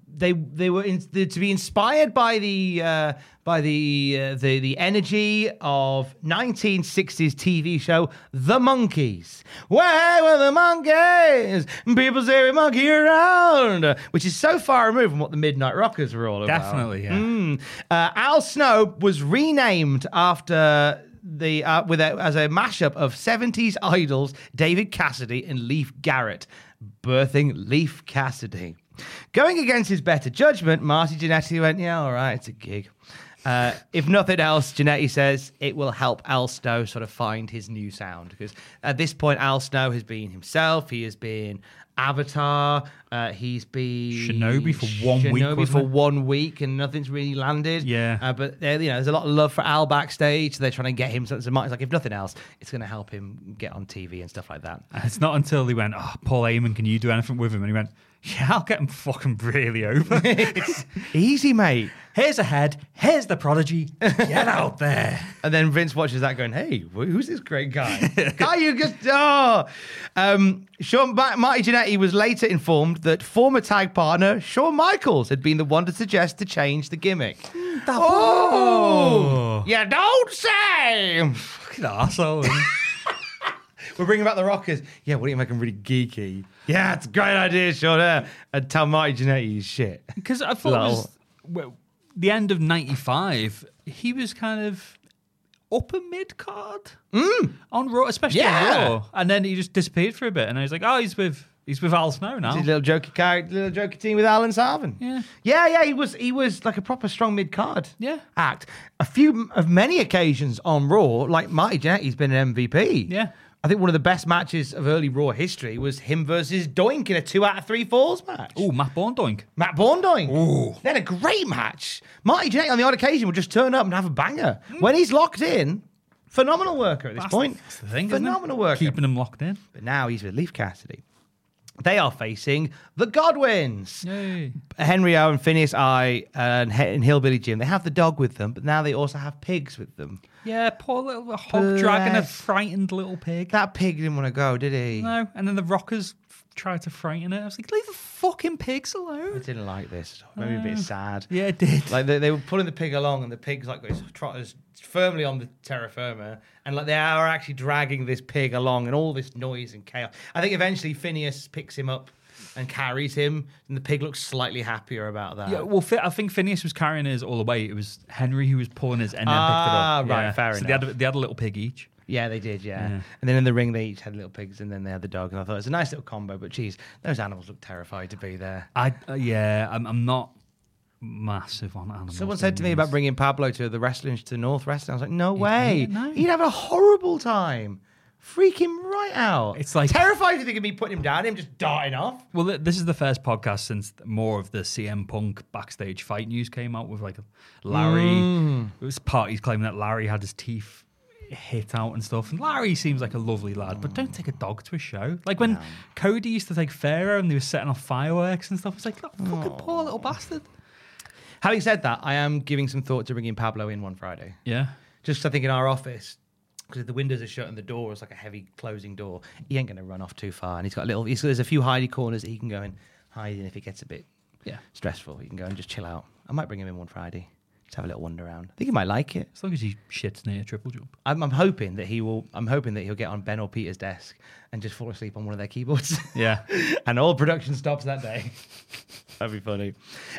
They they were in, to be inspired by the uh, by the uh, the the energy of 1960s TV show The Monkeys. Where were the monkeys? People say we monkey around, which is so far removed from what the Midnight Rockers were all about.
Definitely, yeah.
Mm. Uh, Al Snow was renamed after the uh, with a, as a mashup of 70s idols David Cassidy and Leaf Garrett, birthing Leaf Cassidy. Going against his better judgment, Marty Jannetty went, "Yeah, all right, it's a gig." Uh, if nothing else, Jannetty says it will help Al Snow sort of find his new sound because at this point, Al Snow has been himself. He has been Avatar. Uh, he's been
Shinobi for one week,
Shinobi
wasn't
for
it?
one week, and nothing's really landed.
Yeah.
Uh, but there, you know, there's a lot of love for Al backstage. They're trying to get him. So so Martin's like, if nothing else, it's going to help him get on TV and stuff like that.
It's not until they went, oh, Paul Heyman, can you do anything with him? And he went, yeah, I'll get him fucking really over.
Easy, mate.
Here's a head. Here's the prodigy. Get out there.
And then Vince watches that going, hey, wh- who's this great guy? Can't you just. Oh. Um, Sean, Ma- Marty Jannetty was later informed that former tag partner Shawn Michaels had been the one to suggest to change the gimmick. oh! You don't say!
Fucking arsehole. isn't he?
We're bringing back the Rockers. Yeah, what do you make them really geeky? Yeah, it's a great idea, Sean. Yeah. And tell Marty Jannetty he's shit.
Because I thought it was well, the end of '95. He was kind of upper mid card on Raw, especially
Yeah.
on Raw, and then he just disappeared for a bit. And I was like, oh, he's with he's with Al Snow now.
Did a little jokey character, little jokey team with Alan Sarvin.
Oh. Yeah.
yeah, yeah. He was he was like a proper strong mid card.
Yeah.
act. A few of many occasions on Raw, like Marty Jannetty's been an MVP.
Yeah.
I think one of the best matches of early Raw history was him versus Doink in a two out of three falls match.
Oh, Matt Bourne doink.
Matt Bourne doing. They had a great match. Marty Jannetty on the odd occasion will just turn up and have a banger. When he's locked in, phenomenal worker at this
That's-
point.
that's the thing. isn't it?
phenomenal worker.
Keeping him locked in.
But now he's with Leaf Cassidy. They are facing the Godwins. Uh, Henry O and Phineas I and, H- and Hillbilly Jim. They have the dog with them, but now they also have pigs with them.
Yeah, poor little hog dragging a
Bless.
frightened little pig.
That pig didn't want to go, did he?
No, and then the rockers f- tried to frighten it. I was like, leave the fucking pigs
I
alone.
didn't like this. Maybe a bit sad.
Yeah, it did.
Like they, they were pulling the pig along, and the pig's like got his trotters firmly on the terra firma, and like they are actually dragging this pig along, and all this noise and chaos. I think eventually Phineas picks him up and carries him, and the pig looks slightly happier about that.
Yeah, well, Phi- I think Phineas was carrying his all the way. It was Henry who was pulling his and then
Ah,
picked it up.
right,
Yeah.
fair
so They had,
enough.
a- they had a little pig each.
Yeah, they did. Yeah.
Yeah.
and then in the ring they each had little pigs, and then they had the dog, and I thought it was a nice little combo. But geez, those animals look terrified to be there.
I uh, yeah, I'm, I'm not massive on animals.
Someone said to me about bringing Pablo to the wrestling to North Wrestling. I was like, no way.
hate it, no.
He'd have a horrible time. Freak him right out.
It's like-
terrified if they could be putting him down, him just darting off.
Well, th- this is the first podcast since th- more of the CM Punk backstage fight news came out with like Larry. It was parties claiming that Larry had his teeth hit out and stuff. And Larry seems like a lovely lad, but don't take a dog to a show. Like when Cody used to take Pharaoh and they were setting off fireworks and stuff. It's like, look, fucking poor little bastard.
Having said that, I am giving some thought to bringing Pablo in one Friday.
Yeah.
Just I think in our office, because the windows are shut and the door is like a heavy closing door, he ain't going to run off too far. And he's got a little, he's, there's a few hidey corners that he can go and hide in if it gets a bit
Yeah.
stressful. He can go and just chill out. I might bring him in one Friday. Just have a little wander around. I think he might like it.
As long as he shits near triple jump.
I'm, I'm hoping that he will. I'm hoping that he'll get on Ben or Peter's desk and just fall asleep on one of their keyboards.
Yeah.
and all production stops that day. That'd be funny.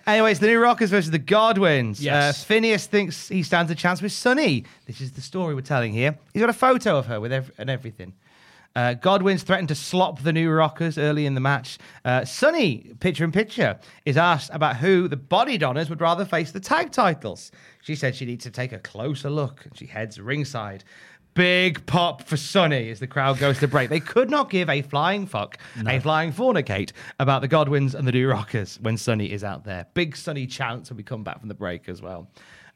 Anyways, the new Rockers versus the Godwins.
Yes.
Uh, Phineas thinks he stands a chance with Sunny. This is the story we're telling here. He's got a photo of her with ev- and everything. Uh, Godwin's threatened to slop the new Rockers early in the match. Uh, Sunny, picture in picture, is asked about who the body donners would rather face the tag titles. She said she needs to take a closer look. She heads ringside. Big pop for Sonny as the crowd goes to break. They could not give a flying fuck, a flying fornicate about the Godwins and the New Rockers when Sonny is out there. Big Sonny chance when we come back from the break as well.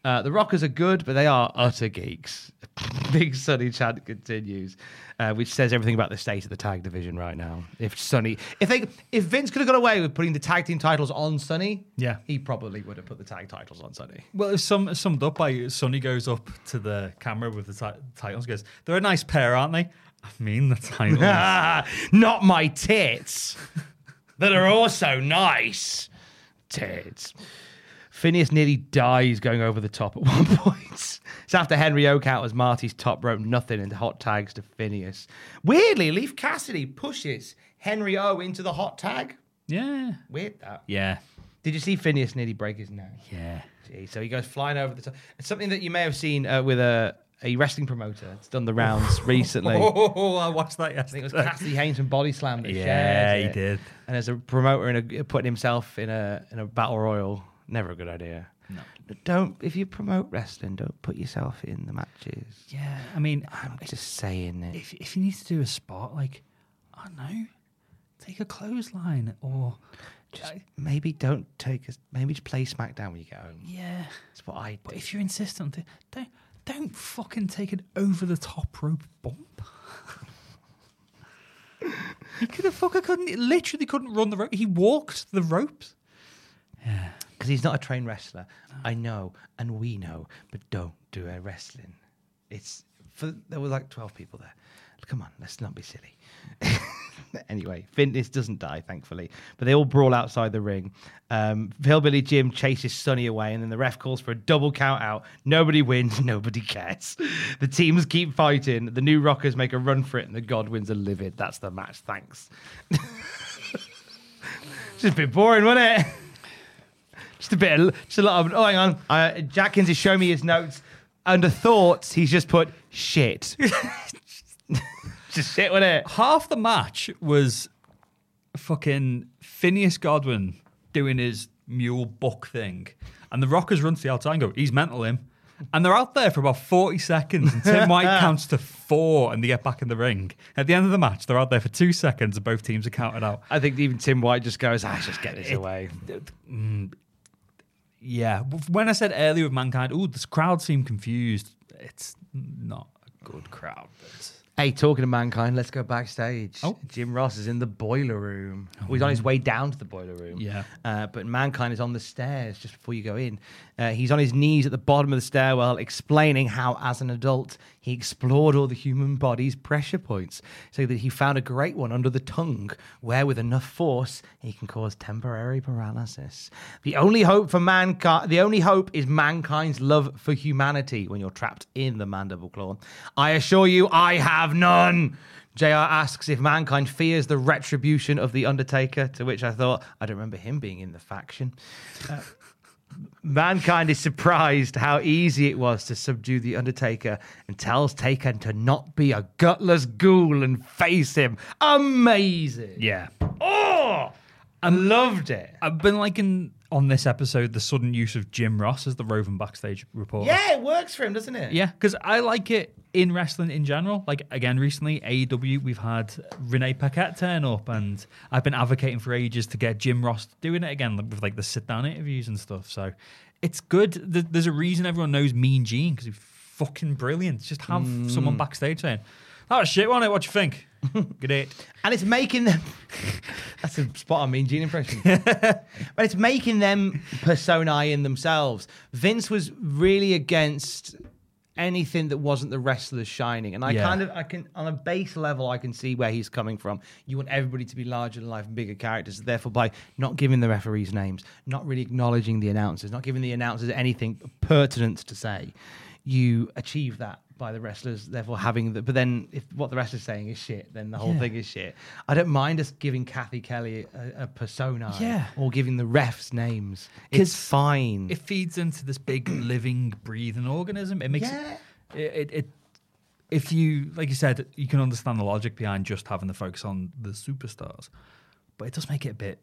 Uh, the Rockers are good, but they are utter geeks. Big Sonny chant continues, uh, which says everything about the state of the tag division right now. If Sonny, if they, if Vince could have got away with putting the tag team titles on Sonny,
Yeah.
he probably would have put the tag titles on Sonny.
Well, it's sum, it's summed up by Sonny goes up to the camera with the ti- titles. Goes, they're a nice pair, aren't they? I mean, the titles.
Ah, not my tits that are also nice. Tits. Phineas nearly dies going over the top at one point. It's after Henry Oakout as Marty's top rope nothing into hot tags to Phineas. Weirdly, Leaf Cassidy pushes Henry O into the hot tag.
yeah,
Weird that.
yeah,
Did you see Phineas nearly break his nose?
yeah.
Gee, so he goes flying over the top. It's something that you may have seen uh, with a, a wrestling promoter. It's done the rounds recently.
Oh, I watched that
I think
yesterday.
it was Cassidy Haynes from Body Slam that
Yeah,
shared
he
it.
did.
And as a promoter in a, putting himself in a in a battle royal, never a good idea. No. Don't if you promote wrestling, don't put yourself in the matches.
Yeah, I mean,
I'm just saying it.
if if you need to do a spot, like I don't know, take a clothesline or
Just maybe don't take us. Maybe just play SmackDown when you get home.
yeah.
That's what I
But
do.
if you're insistent, don't don't fucking take an over the top rope bump. he could have fucking couldn't he literally couldn't run the rope. He walked the ropes.
Because he's not a trained wrestler. I know, and we know, but don't do a wrestling. It's for there were like twelve people there. Come on, let's not be silly. anyway, Finnis doesn't die, thankfully, but they all brawl outside the ring. Um, Hillbilly Jim chases Sonny away, and then the ref calls for a double count out. Nobody wins, nobody cares. The teams keep fighting. The new Rockers make a run for it, and the Godwins are livid. That's the match. Thanks. Just a bit boring, wasn't it? Just a bit, of, just a lot of. Oh, hang on. Uh, Jackins is showing me his notes. Under thoughts, he's just put shit. just shit with it.
Half the match was fucking Phineas Godwin doing his mule buck thing, and the Rockers run to the outside and go, "He's mental him." And they're out there for about 40 seconds, and Tim White counts to four, and they get back in the ring. At the end of the match, they're out there for two seconds, and both teams are counted out.
I think even Tim White just goes, ah, just get this away.
Mm, Yeah, w- when I said earlier with mankind, oh, this crowd seemed confused. It's not a good crowd. But
Hey, talking to mankind, let's go backstage. Oh. Jim Ross is in the boiler room. Well, he's on his way down to the boiler room.
Yeah.
Uh, but mankind is on the stairs just before you go in. Uh, he's on his knees at the bottom of the stairwell, explaining how, as an adult, he explored all the human body's pressure points, so that he found a great one under the tongue, where with enough force he can cause temporary paralysis. The only hope for mankind, the only hope is mankind's love for humanity. When you're trapped in the mandible claw, I assure you, I have none. JR asks if mankind fears the retribution of the Undertaker, to which I thought, I don't remember him being in the faction. Uh, mankind is surprised how easy it was to subdue the Undertaker and tells Taker to not be a gutless ghoul and face him. Amazing.
Yeah.
Oh, I loved it.
I've been liking on this episode the sudden use of Jim Ross as the roving backstage reporter.
Yeah, it works for him, doesn't it?
Yeah, because I like it in wrestling in general. Like again, recently AEW, we've had Renee Paquette turn up, and I've been advocating for ages to get Jim Ross doing it again with like the sit down interviews and stuff. So it's good. Th- There's a reason everyone knows Mean Gene because he's fucking brilliant. Just have someone backstage saying, "That was shit, wasn't it? What do you think?" Good it.
And it's making them. That's a spot on Mean Gene impression. but it's making them personae in themselves. Vince was really against anything that wasn't the wrestlers shining, and I
Yeah.
kind of, I can, on a base level, I can see where he's coming from. You want everybody to be larger than life and bigger characters. Therefore, by not giving the referees names, not really acknowledging the announcers, not giving the announcers anything pertinent to say, you achieve that. By the wrestlers, therefore having the, but then if what the wrestler's saying is shit, then the whole
Yeah.
thing is shit. I don't mind us giving Kathy Kelly a, a persona
Yeah.
or giving the refs names. It's
'Cause
fine.
It feeds into this big living, breathing organism. It makes
Yeah.
it, it, it. If you, like you said, you can understand the logic behind just having the focus on the superstars, but it does make it a bit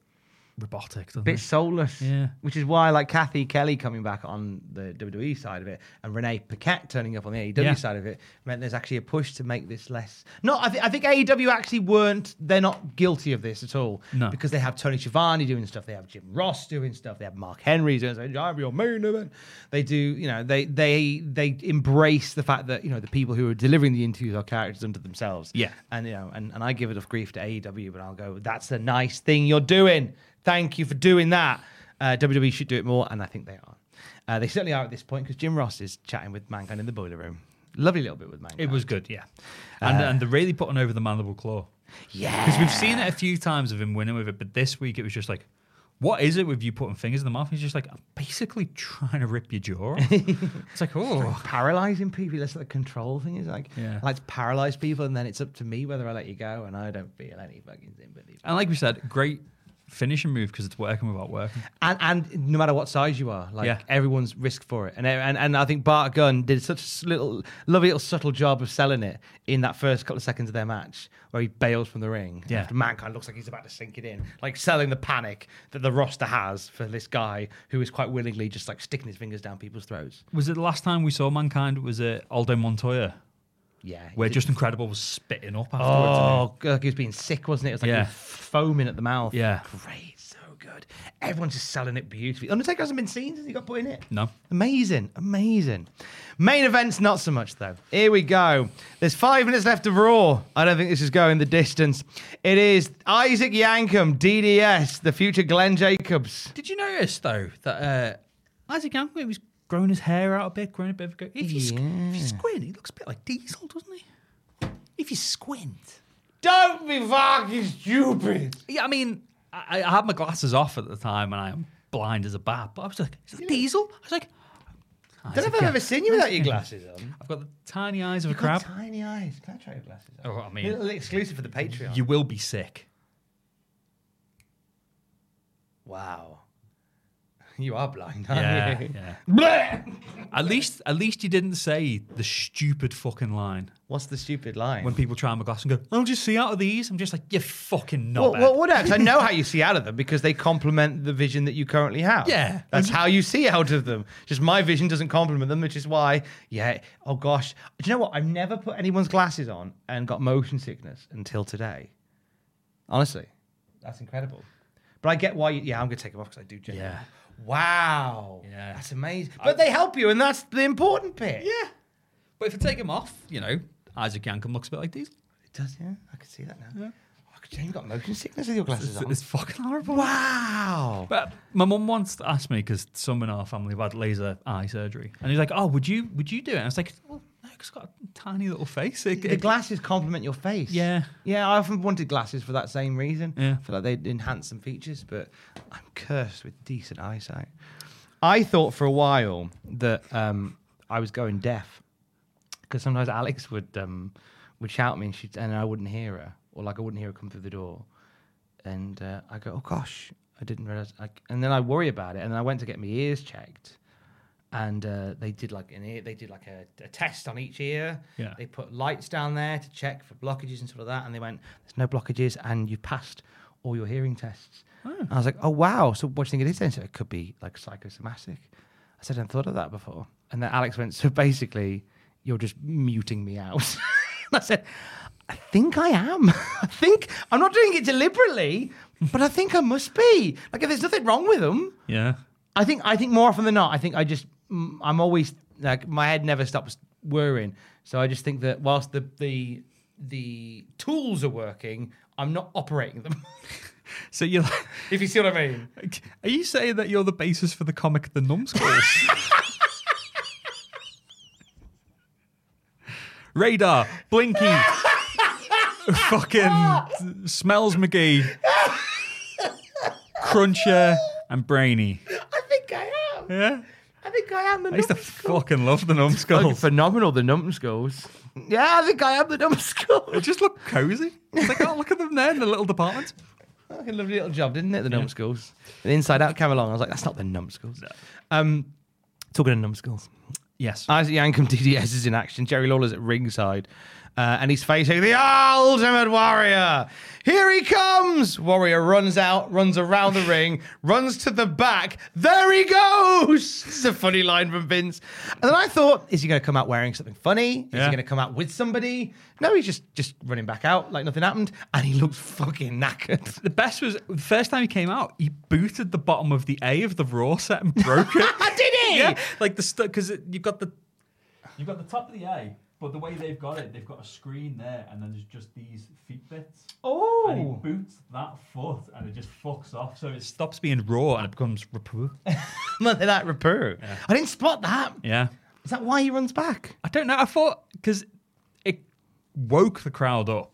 robotic, doesn't
bit
it?
soulless.
Yeah.
Which is why, like Kathy Kelly coming back on the WWE side of it, and Renee Paquette turning up on the AEW
Yeah.
side of it, meant there's actually a push to make this less. No, I, th- I think AEW actually weren't. They're not guilty of this at all.
No.
Because they have Tony Schiavone doing stuff, they have Jim Ross doing stuff, they have Mark Henry doing stuff. I'm your main event. They do, you know, they they they embrace the fact that you know the people who are delivering the interviews are characters unto themselves.
Yeah.
And you know, and, and I give it of grief to AEW, but I'll go, that's a nice thing you're doing. Thank you for doing that. Uh, WWE should do it more, and I think they are. Uh, they certainly are at this point because Jim Ross is chatting with Mankind in the boiler room. Lovely little bit with Mankind.
It was good, yeah.
Uh,
And and they're really putting over the mandible claw.
Yeah.
Because we've seen it a few times of him winning with it, but this week it was just like, what is it with you putting fingers in the mouth? He's just like, I'm basically trying to rip your jaw off. it's like, oh.
paralyzing people. That's what the control thing is like.
Yeah.
I like to paralyze people, and then it's up to me whether I let you go, and I don't feel any fucking sympathy.
And like we said, great finishing move because it's working without working.
and and no matter what size you are, like
Yeah.
everyone's risk for it. And, e, and and I think Bart Gunn did such a s- little lovely little subtle job of selling it in that first couple of seconds of their match, where he bails from the ring.
Yeah.
after mankind looks like he's about to sink it in, like selling the panic that the roster has for this guy who is quite willingly just like sticking his fingers down people's throats.
Was it the last time we saw mankind? Was it Aldo Montoya?
Yeah,
Where
Is it-
Justin Credible was spitting up afterwards.
Oh, God, like he was being sick, wasn't it? It was like he
Yeah.
was foaming at the mouth.
Yeah.
Great, so good. Everyone's just selling it beautifully. Undertaker hasn't been seen since he got put in it.
No.
Amazing, amazing. Main events, not so much though. Here we go. There's five minutes left of Raw. I don't think this is going the distance. It is Isaac Yankum, DDS, the future Glenn Jacobs.
Did you notice though that uh, Isaac Yankovic was growing his hair out a bit, growing a bit of a go- if you, squ- if you squint, he looks a bit like Diesel, doesn't he? If you squint.
Don't be fucking stupid.
Yeah, I mean, I, I had my glasses off at the time and I'm blind as a bat, but I was like, is that Diesel? I was like,
Don't know if I've ever seen you without your glasses on.
I've got the tiny eyes of a
You've got
crab.
Tiny eyes. Can I try your glasses on?
Oh, I mean-
Little exclusive for the Patreon.
You will be sick.
Wow. You are blind, aren't
Yeah,
you?
yeah.
Blech!
At least, at least you didn't say the stupid fucking line.
What's the stupid line?
when people try my glass and go, "How do you see out of these?" I'm just like, "You fucking
well,
knobhead."
well, what else? I know how you see out of them because they complement the vision that you currently have.
Yeah.
That's how you see out of them. Just my vision doesn't complement them, which is why, yeah, oh gosh. Do you know what? I've never put anyone's glasses on and got motion sickness until today. Honestly, that's incredible. But I get why, you, yeah, I'm going to take them off because I do genuinely.
Yeah.
Wow.
Yeah.
That's amazing. But they help you, and that's the important bit.
yeah, but if I take them off, you know, Isaac Yankum looks a bit like these.
It does, yeah. I can see that now. Oh, Jane, you got motion sickness with your glasses
it's,
on.
It's fucking horrible.
Wow.
But my mum once asked me because someone in our family had laser eye surgery, and he's like, "Oh, would you would you do it?" And I was like, "Well, no, 'cause it's got a tiny little face. It,
the
it-
glasses complement your face.
Yeah.
Yeah, I often wanted glasses for that same reason.
Yeah.
I feel like they'd enhance some features, but I'm cursed with decent eyesight. I thought for a while that um, I was going deaf because sometimes Alex would um, would shout at me and, she'd, and I wouldn't hear her, or like I wouldn't hear her come through the door. And uh, I go, oh gosh, I didn't realize. I c and then I worry about it. And then I went to get my ears checked. And uh, they did like an ear, they did like a, a test on each ear.
Yeah.
They put lights down there to check for blockages and stuff like that. And they went, there's no blockages, and you passed all your hearing tests. And I was like, oh wow. So what do you think it is then? So it could be like psychosomatic. I said, I hadn't thought of that before. And then Alex went, so basically, you're just muting me out. and I said, I think I am. I think I'm not doing it deliberately, but I think I must be. Like if there's nothing wrong with them,
yeah.
I think I think more often than not, I think I just mm, I'm always like my head never stops whirring. So I just think that whilst the the the tools are working, I'm not operating them.
So you're
if you see what I mean.
like, are you saying that you're the basis for the comic The Numbskulls? Radar, Blinky, fucking Smells McGee, Cruncher, and Brainy.
I think I am.
Yeah.
I think I am the
I used to fucking love the numbskulls.
phenomenal the numbskulls. Yeah, I think I am the numbskull.
It just looked cozy. It's like, oh, look at them there in the little department.
Fucking lovely little job, didn't it? The numbskulls. The Inside Out came along. I was like, that's not the numbskulls. Um, talking of numbskulls.
Yes.
Isaac Yankum DDS is in action. Jerry Lawler's at ringside. Uh, and he's facing the ultimate warrior. Here he comes. Warrior runs out, runs around the ring, runs to the back. There he goes. It's a funny line from Vince. And then I thought, is he going to come out wearing something funny? Is
Yeah.
he going to come out with somebody? No, he's just just running back out like nothing happened. And he looks fucking knackered.
The best was the first time he came out, he booted the bottom of the A of the Raw set and broke it.
Did he?
Yeah, like the stuff because you've got the you've got the top of the A, but the way they've got it, they've got a screen there, and then there's just these feet bits.
Oh.
and he boots that foot, and it just fucks off, so it stops being Raw and it becomes Rapu.
Nothing like Rapur. I didn't spot that.
yeah,
Is that why he runs back?
I don't know. I thought because it woke the crowd up,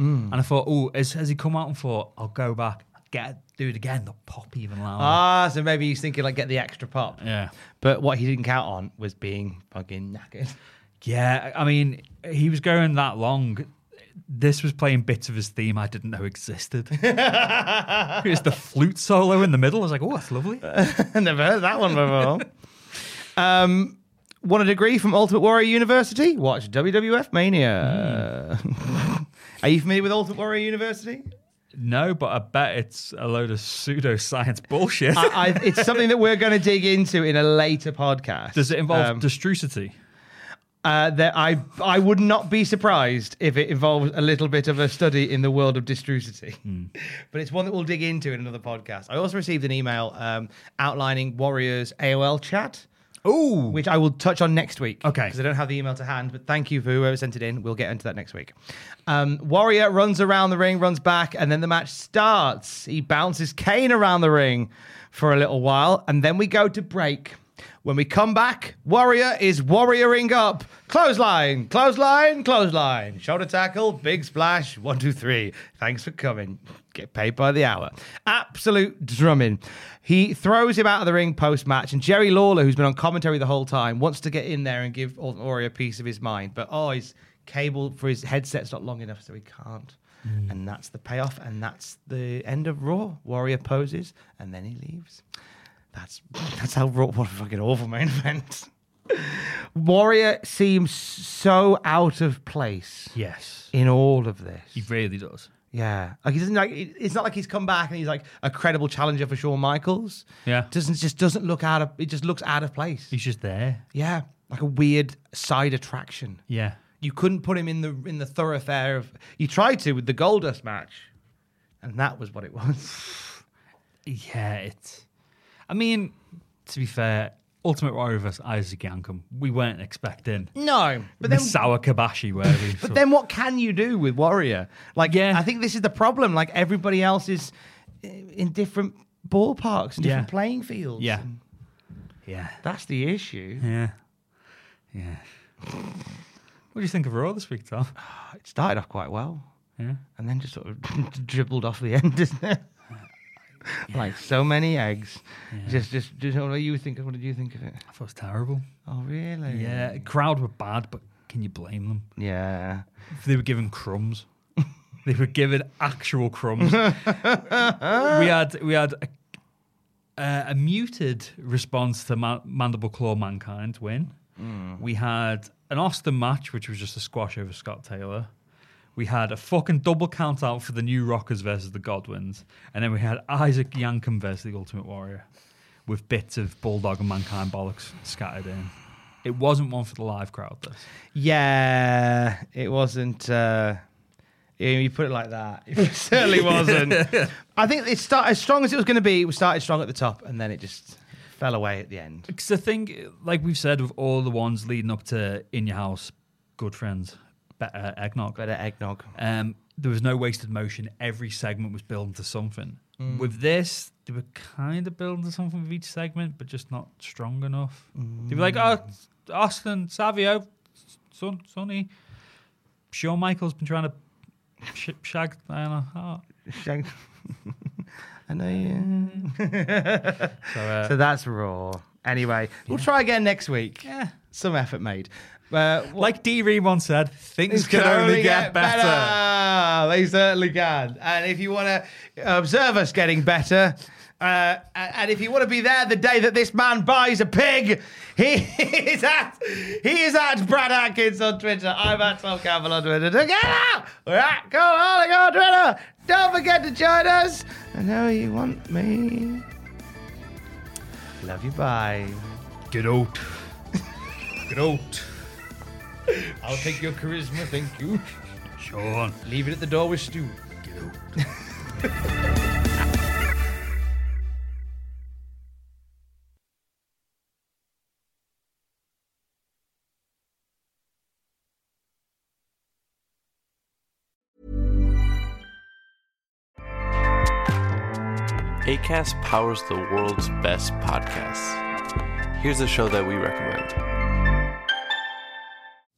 Mm.
and I thought, oh, has, has he come out and thought I'll go back, get do it again, they'll pop even louder.
Ah, so maybe he's thinking like get the extra pop.
Yeah.
But what he didn't count on was being fucking knackered.
Yeah, I mean, he was going that long. This was playing bits of his theme I didn't know existed. Here's the flute solo in the middle. I was like, oh, that's lovely.
Never heard that one before. um, want a degree from Ultimate Warrior University? Watch WWF Mania. Hmm. Are you familiar with Ultimate Warrior University?
No, but I bet it's a load of pseudoscience bullshit.
I, I, it's something that we're going to dig into in a later podcast.
Does it involve
Um,
destrucity?
uh, that I I would not be surprised if it involves a little bit of a study in the world of distrucity, but it's one that we'll dig into in another podcast. I also received an email um, outlining Warriors AOL chat,
Oh,
which I will touch on next week.
Okay.
because I don't have the email to hand, but thank you for whoever sent it in. We'll get into that next week. Um, Warrior runs around the ring, runs back, and then the match starts. He bounces Kane around the ring for a little while, and then we go to break. When we come back, Warrior is warrioring up. Clothesline, clothesline, clothesline. Shoulder tackle, big splash, one, two, three. Thanks for coming. Get paid by the hour. Absolute drumming. He throws him out of the ring post match, and Jerry Lawler, who's been on commentary the whole time, wants to get in there and give Ultimate Warrior a piece of his mind. But oh, his cable for his headset's not long enough, so he can't. And that's the payoff, and that's the end of Raw. Warrior poses, and then he leaves. That's that's how raw. What a fucking awful main event. Warrior seems so out of place
yes.
in all of
He
this.
really does.
Yeah, like he doesn't like. it- It's not like he's come back and he's like a credible challenger for Shawn Michaels.
Yeah.
doesn't just doesn't look out of. It just looks out of place.
He's just there.
Yeah, like a weird side attraction.
Yeah.
You couldn't put him in the in the thoroughfare of. You tried to with the Goldust match, and that was what it was.
Yeah, it's. I mean, to be fair, Ultimate Warrior vs. Isaac Yankum. We weren't expecting.
No, but
But
then-
then sour kabashi where we.
But then what can you do with Warrior? Like, yeah. I think this is the problem. Like, everybody else is uh, in different ballparks and
Yeah.
different playing fields.
yeah, yeah,
that's the issue.
yeah, yeah. What do you think of Raw this week, Tom?
It started off quite well.
Yeah.
And then just sort of dribbled off the end, isn't it? Like so many eggs. Just, just, just, what do you think? What did you think of it?
I thought it was terrible.
Oh, really?
Yeah, crowd were bad, but can you blame them?
Yeah.
They were given crumbs. they were given actual crumbs. we had we had a, uh, a muted response to Ma- Mandible Claw Mankind win. We had an Austin match, which was just a squash over Scott Taylor. We had a fucking double count out for the New Rockers versus the Godwins. And then we had Isaac Yankum versus the Ultimate Warrior with bits of Bulldog and Mankind bollocks scattered in. It wasn't one for the live crowd, this.
Yeah, it wasn't. Uh, yeah, you put it like that. It certainly wasn't. I think it started as strong as it was going to be. It started strong at the top, and then it just fell away at the end.
Because I think, like we've said, with all the ones leading up to In Your House, Good Friends, Better Eggnog.
Better Eggnog.
Um, there was no wasted motion. Every segment was building to something. With this, they were kind of building to something with each segment, but just not strong enough. They were like, oh, Austin, Savio, Son- Sonny, Shawn Michaels been trying to sh- shag Diana Hart.
Shag- I know you.
So, uh,
So that's raw. Anyway, we'll try again next week.
yeah.
Some effort made. Uh, what-
Like D Ream once said, things
Things
can only get, better.
They certainly can. And if you want to observe us getting better, uh, and if you want to be there the day that this man buys a pig, he is at he is at Brad Atkins on Twitter. I'm at Tom Campbell on Twitter. Together, we're at Colonic on Twitter. Don't forget to join us. I know you want me. Love you. Bye.
Get out. Get out.
I'll take your charisma. Thank you.
Sean.
Leave it at the door with Stu.
Get out.
ACAST powers the world's best podcasts. Here's a show that we recommend.